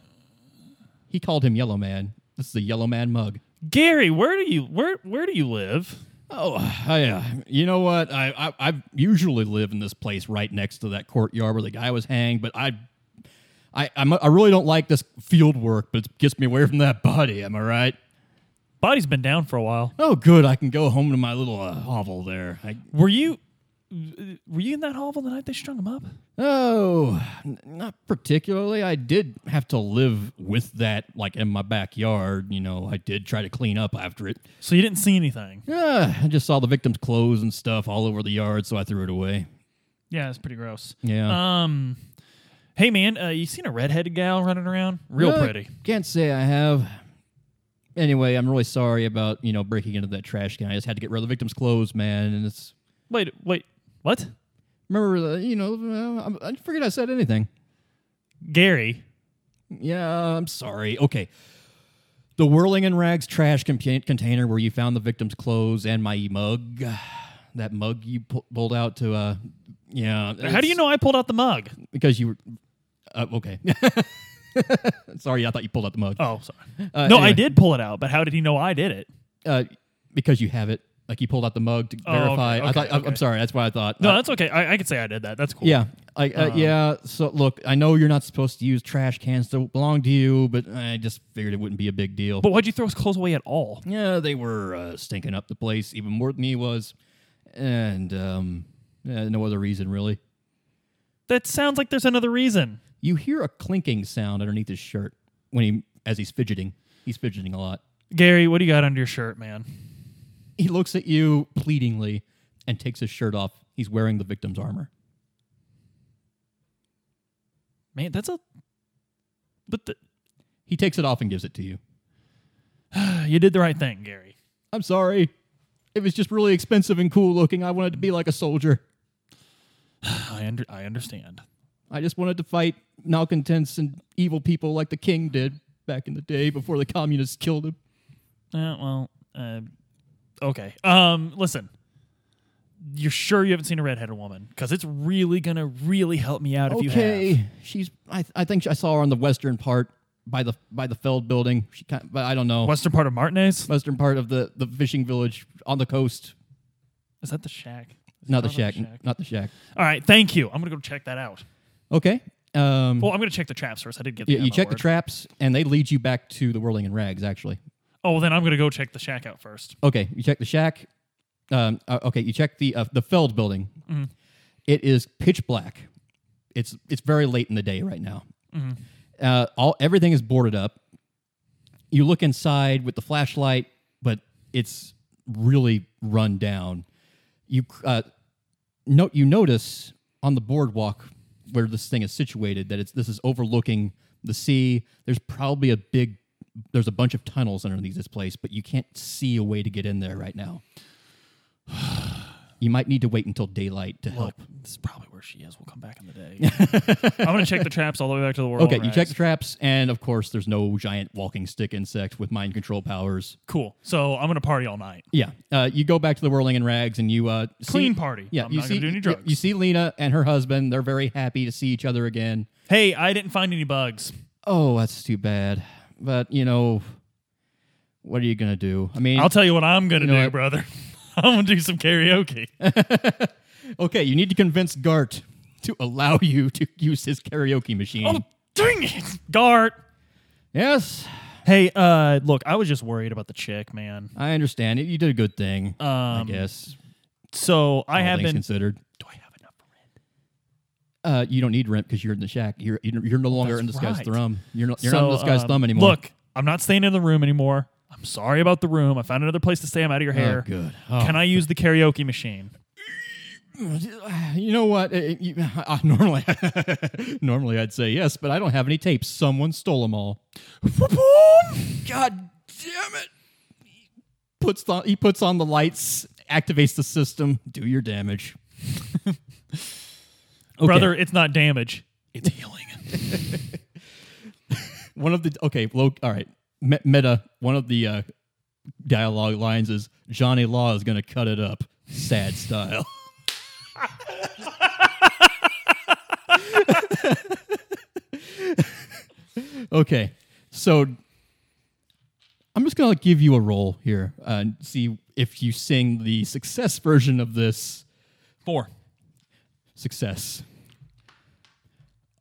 S2: He called him Yellow Man. This is the Yellow Man mug.
S1: Gary, where do you where where do you live?
S2: Oh, yeah. You know what? I, I I usually live in this place right next to that courtyard where the guy was hanged, but I. I, I'm, I really don't like this field work, but it gets me away from that body. Am I right?
S1: Body's been down for a while.
S2: Oh, good. I can go home to my little uh, hovel there. I,
S1: Were you were you in that hovel the night they strung him up?
S2: Oh, n- not particularly. I did have to live with that, like in my backyard. You know, I did try to clean up after it.
S1: So you didn't see anything.
S2: Yeah, I just saw the victim's clothes and stuff all over the yard, so I threw it away.
S1: Yeah, it's pretty gross.
S2: Yeah,
S1: Um, hey man, uh, you seen a redheaded gal running around? Real
S2: Uh,
S1: pretty.
S2: Can't say I have. Anyway, I'm really sorry about you know breaking into that trash can. I just had to get rid of the victim's clothes, man. And it's
S1: Wait, wait, what?
S2: remember, the, you know, uh, I I forget I said anything.
S1: Gary,
S2: Yeah, I'm sorry. Okay. The Whirling and Rags trash con- container where you found the victim's clothes and my mug. [SIGHS] That mug you pu- pulled out to, uh,
S1: how
S2: yeah.
S1: do you
S2: it's-
S1: know I pulled out the mug?
S2: Because you were, uh, okay. [LAUGHS] sorry, I thought you pulled out the mug.
S1: Oh, sorry.
S2: Uh,
S1: no, I
S2: anyway,
S1: did pull it out, but how did he know I did it?
S2: Uh, because you have it. Like you pulled out the mug to
S1: Oh, okay,
S2: verify. I
S1: okay,
S2: thought, I'm-
S1: okay.
S2: I'm sorry, that's why I thought.
S1: No,
S2: I-
S1: that's Um, okay. I, I could say I did that. That's cool.
S2: Yeah. I, uh, yeah. So look, I know you're not supposed to use trash cans that belong to you, but I just figured it wouldn't be a big deal.
S1: But why'd you throw his clothes away at all?
S2: Yeah, they were uh, stinking up the place even more than he was, and um, yeah, no other reason really.
S1: That sounds like there's another reason.
S2: You hear a clinking sound underneath his shirt when he, as he's fidgeting, he's fidgeting a lot.
S1: Gary, what do you got under your shirt, man?
S2: He looks at you pleadingly and takes his shirt off. He's wearing the victim's armor.
S1: Man, that's a. But the, [SIGHS]
S2: He takes it off and gives it to you.
S1: you did the right thing, Gary. [SIGHS]
S2: I'm sorry. It was just really expensive and cool looking. I wanted to be like a soldier.
S1: I under, I understand.
S2: I just wanted to fight malcontents and evil people like the king did back in the day before the communists killed him.
S1: Uh, well, uh, okay. Um, listen. You're sure you haven't seen a redheaded woman? Because it's really gonna really help me out if you have.
S2: okay, she's. I, I think I saw her on the western part by the by the Feld building. She kind, but I don't know
S1: Western part of Martinez.
S2: western part of the the fishing village on the coast.
S1: Is that the shack? Is
S2: Not
S1: it
S2: the
S1: called that
S2: shack. Not the shack.
S1: All right. Thank you. I'm gonna go check that out.
S2: Okay. Um,
S1: Well, I'm gonna check the traps first. I did get. The
S2: you, you
S1: ammo
S2: check the
S1: word.
S2: traps, and they lead you back to the whirling and rags. Actually,
S1: Oh, well, then I'm gonna go check the shack out first.
S2: okay. You check the shack. Um, uh, okay, you check the uh, the Feld building. It is pitch black. It's it's very late in the day right now, Uh, all everything is boarded up. You look inside with the flashlight, but it's really run down. You uh, note you notice on the boardwalk where this thing is situated that it's this is overlooking the sea. There's probably a big there's a bunch of tunnels underneath this place, but you can't see a way to get in there right now. [SIGHS] You might need to wait until daylight to help.
S3: This is probably where she is. We'll come back in the day.
S2: [LAUGHS]
S1: I'm gonna check the traps all the way back to the world.
S2: Okay, you check the traps, and of course, there's no giant walking stick insect with mind control powers.
S1: Cool. So I'm gonna party all night.
S2: Yeah, uh, you go back to the whirling and rags, and you uh, see-
S1: Clean party.
S2: Yeah,
S1: I'm
S2: you
S1: not
S2: see,
S1: gonna do any
S2: yeah,
S1: drugs.
S2: You see Lena and her husband; they're very happy to see each other again.
S1: Hey, I didn't find any bugs.
S2: Oh, that's too bad, but you know, what are you gonna do? I mean,
S1: I'll tell you what I'm gonna
S2: You know
S1: do,
S2: what?
S1: brother. [LAUGHS] I'm gonna do some karaoke.
S2: okay, you need to convince Gart to allow [LAUGHS] you to use his karaoke
S1: [LAUGHS]
S2: machine.
S1: oh, dang it, Gart.
S2: Yes,
S1: Hey, uh, look, I was just worried about the chick, man.
S2: I understand it. You did a good thing,
S1: Um,
S2: I guess.
S1: so I
S2: all
S1: have
S2: things
S1: been.
S2: considered.
S1: Do I have enough for rent?
S2: Uh, you don't need rent because you're in the shack. You're you're, you're no longer
S1: That's
S2: in this guy's
S1: right.
S2: thumb. You're not you're not in this guy's
S1: um,
S2: thumb anymore.
S1: Look, I'm not staying in the room anymore. I'm sorry about the room. I found another place to stay. I'm out of your hair.
S2: Oh, good. Oh.
S1: Can I use the karaoke machine?
S2: [SIGHS] You know what? Uh, you- [LAUGHS] uh, normally, normally I'd say yes, but I don't have any tapes. Someone stole them all. [LAUGHS] God damn it! Puts the, he puts on the lights, activates the system. Do your damage, Okay.
S1: Brother, it's not damage. It's healing.
S2: [LAUGHS] One of the okay, lo, all right, me- meta. One of the uh, dialogue lines is Johnny Law is going to cut it up, sad style. [LAUGHS] okay, so I'm just going to give you a roll here uh, and see if you sing the success version of this
S1: Four.
S2: success.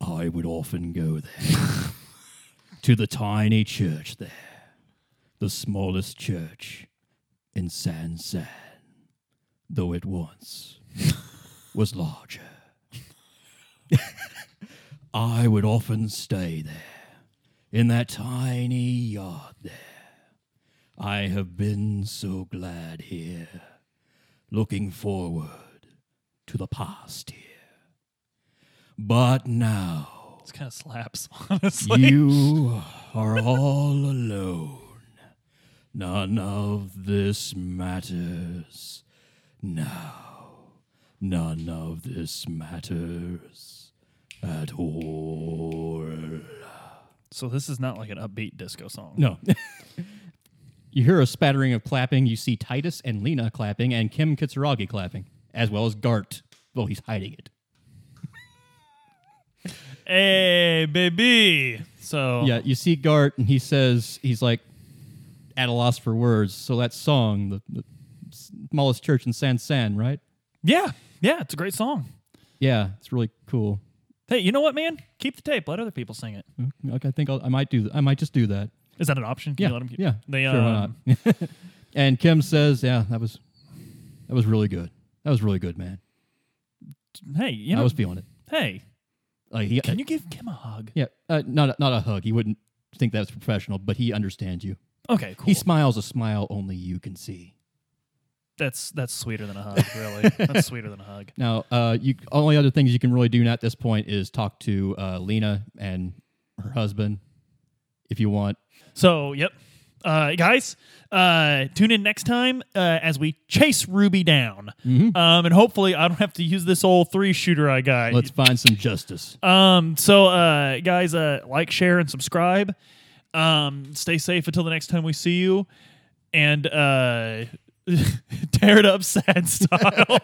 S2: I would often go there [LAUGHS] to the tiny church there, the smallest church in San San, though it once was larger. I would often stay there in that tiny yard there. I have been so glad here, looking forward to the past here. But now [LAUGHS]
S1: It's kind of slaps, [LAUGHS] honestly.
S2: you are all alone. None of this matters. Now, none of this matters at all.
S1: So this is not like an upbeat disco song.
S2: No. [LAUGHS] you hear a spattering of clapping. You see Titus and Lena clapping, and Kim Kitsuragi clapping, as well as Gart. Well, he's hiding it.
S1: Hey, baby. So
S2: Yeah, you see Gart, and he says he's like at a loss for words. So that song, the, the smallest church in San San, right?
S1: yeah, yeah, it's a great song.
S2: Yeah, it's really cool.
S1: Hey, you know what, man? Keep the tape. Let other people sing it.
S2: Like, I think I'll, I might do. I might just do that.
S1: Is that an option? Can
S2: Yeah,
S1: you let 'em keep-
S2: yeah.
S1: They,
S2: sure, why
S1: um,
S2: not? [LAUGHS] and Kim says, "Yeah, that was that was really good. That was really good, man.
S1: Hey, you
S2: I
S1: know.
S2: was feeling it.
S1: hey,
S2: Like, he,
S1: can you give Kim a hug?
S2: yeah, uh, not a, not a hug. He wouldn't think that's professional, but he understands you.
S1: Okay, cool.
S2: He smiles a smile only you can see."
S1: that's that's sweeter than a
S2: [LAUGHS]
S1: hug. Really, that's sweeter than a hug.
S2: Now, uh, you only other things you can really do now at this point is talk to uh, Lena and her husband, if you want.
S1: So, yep. Uh, guys, uh, tune in next time uh, as we chase Ruby down.
S2: Mm-hmm.
S1: Um, and hopefully, I don't have to use this old three shooter I got.
S2: Let's find some justice.
S1: Um, so, uh, guys, uh, like, share, and subscribe. Um, stay safe until the next time we see you. [LAUGHS] And uh, tear it up sad style.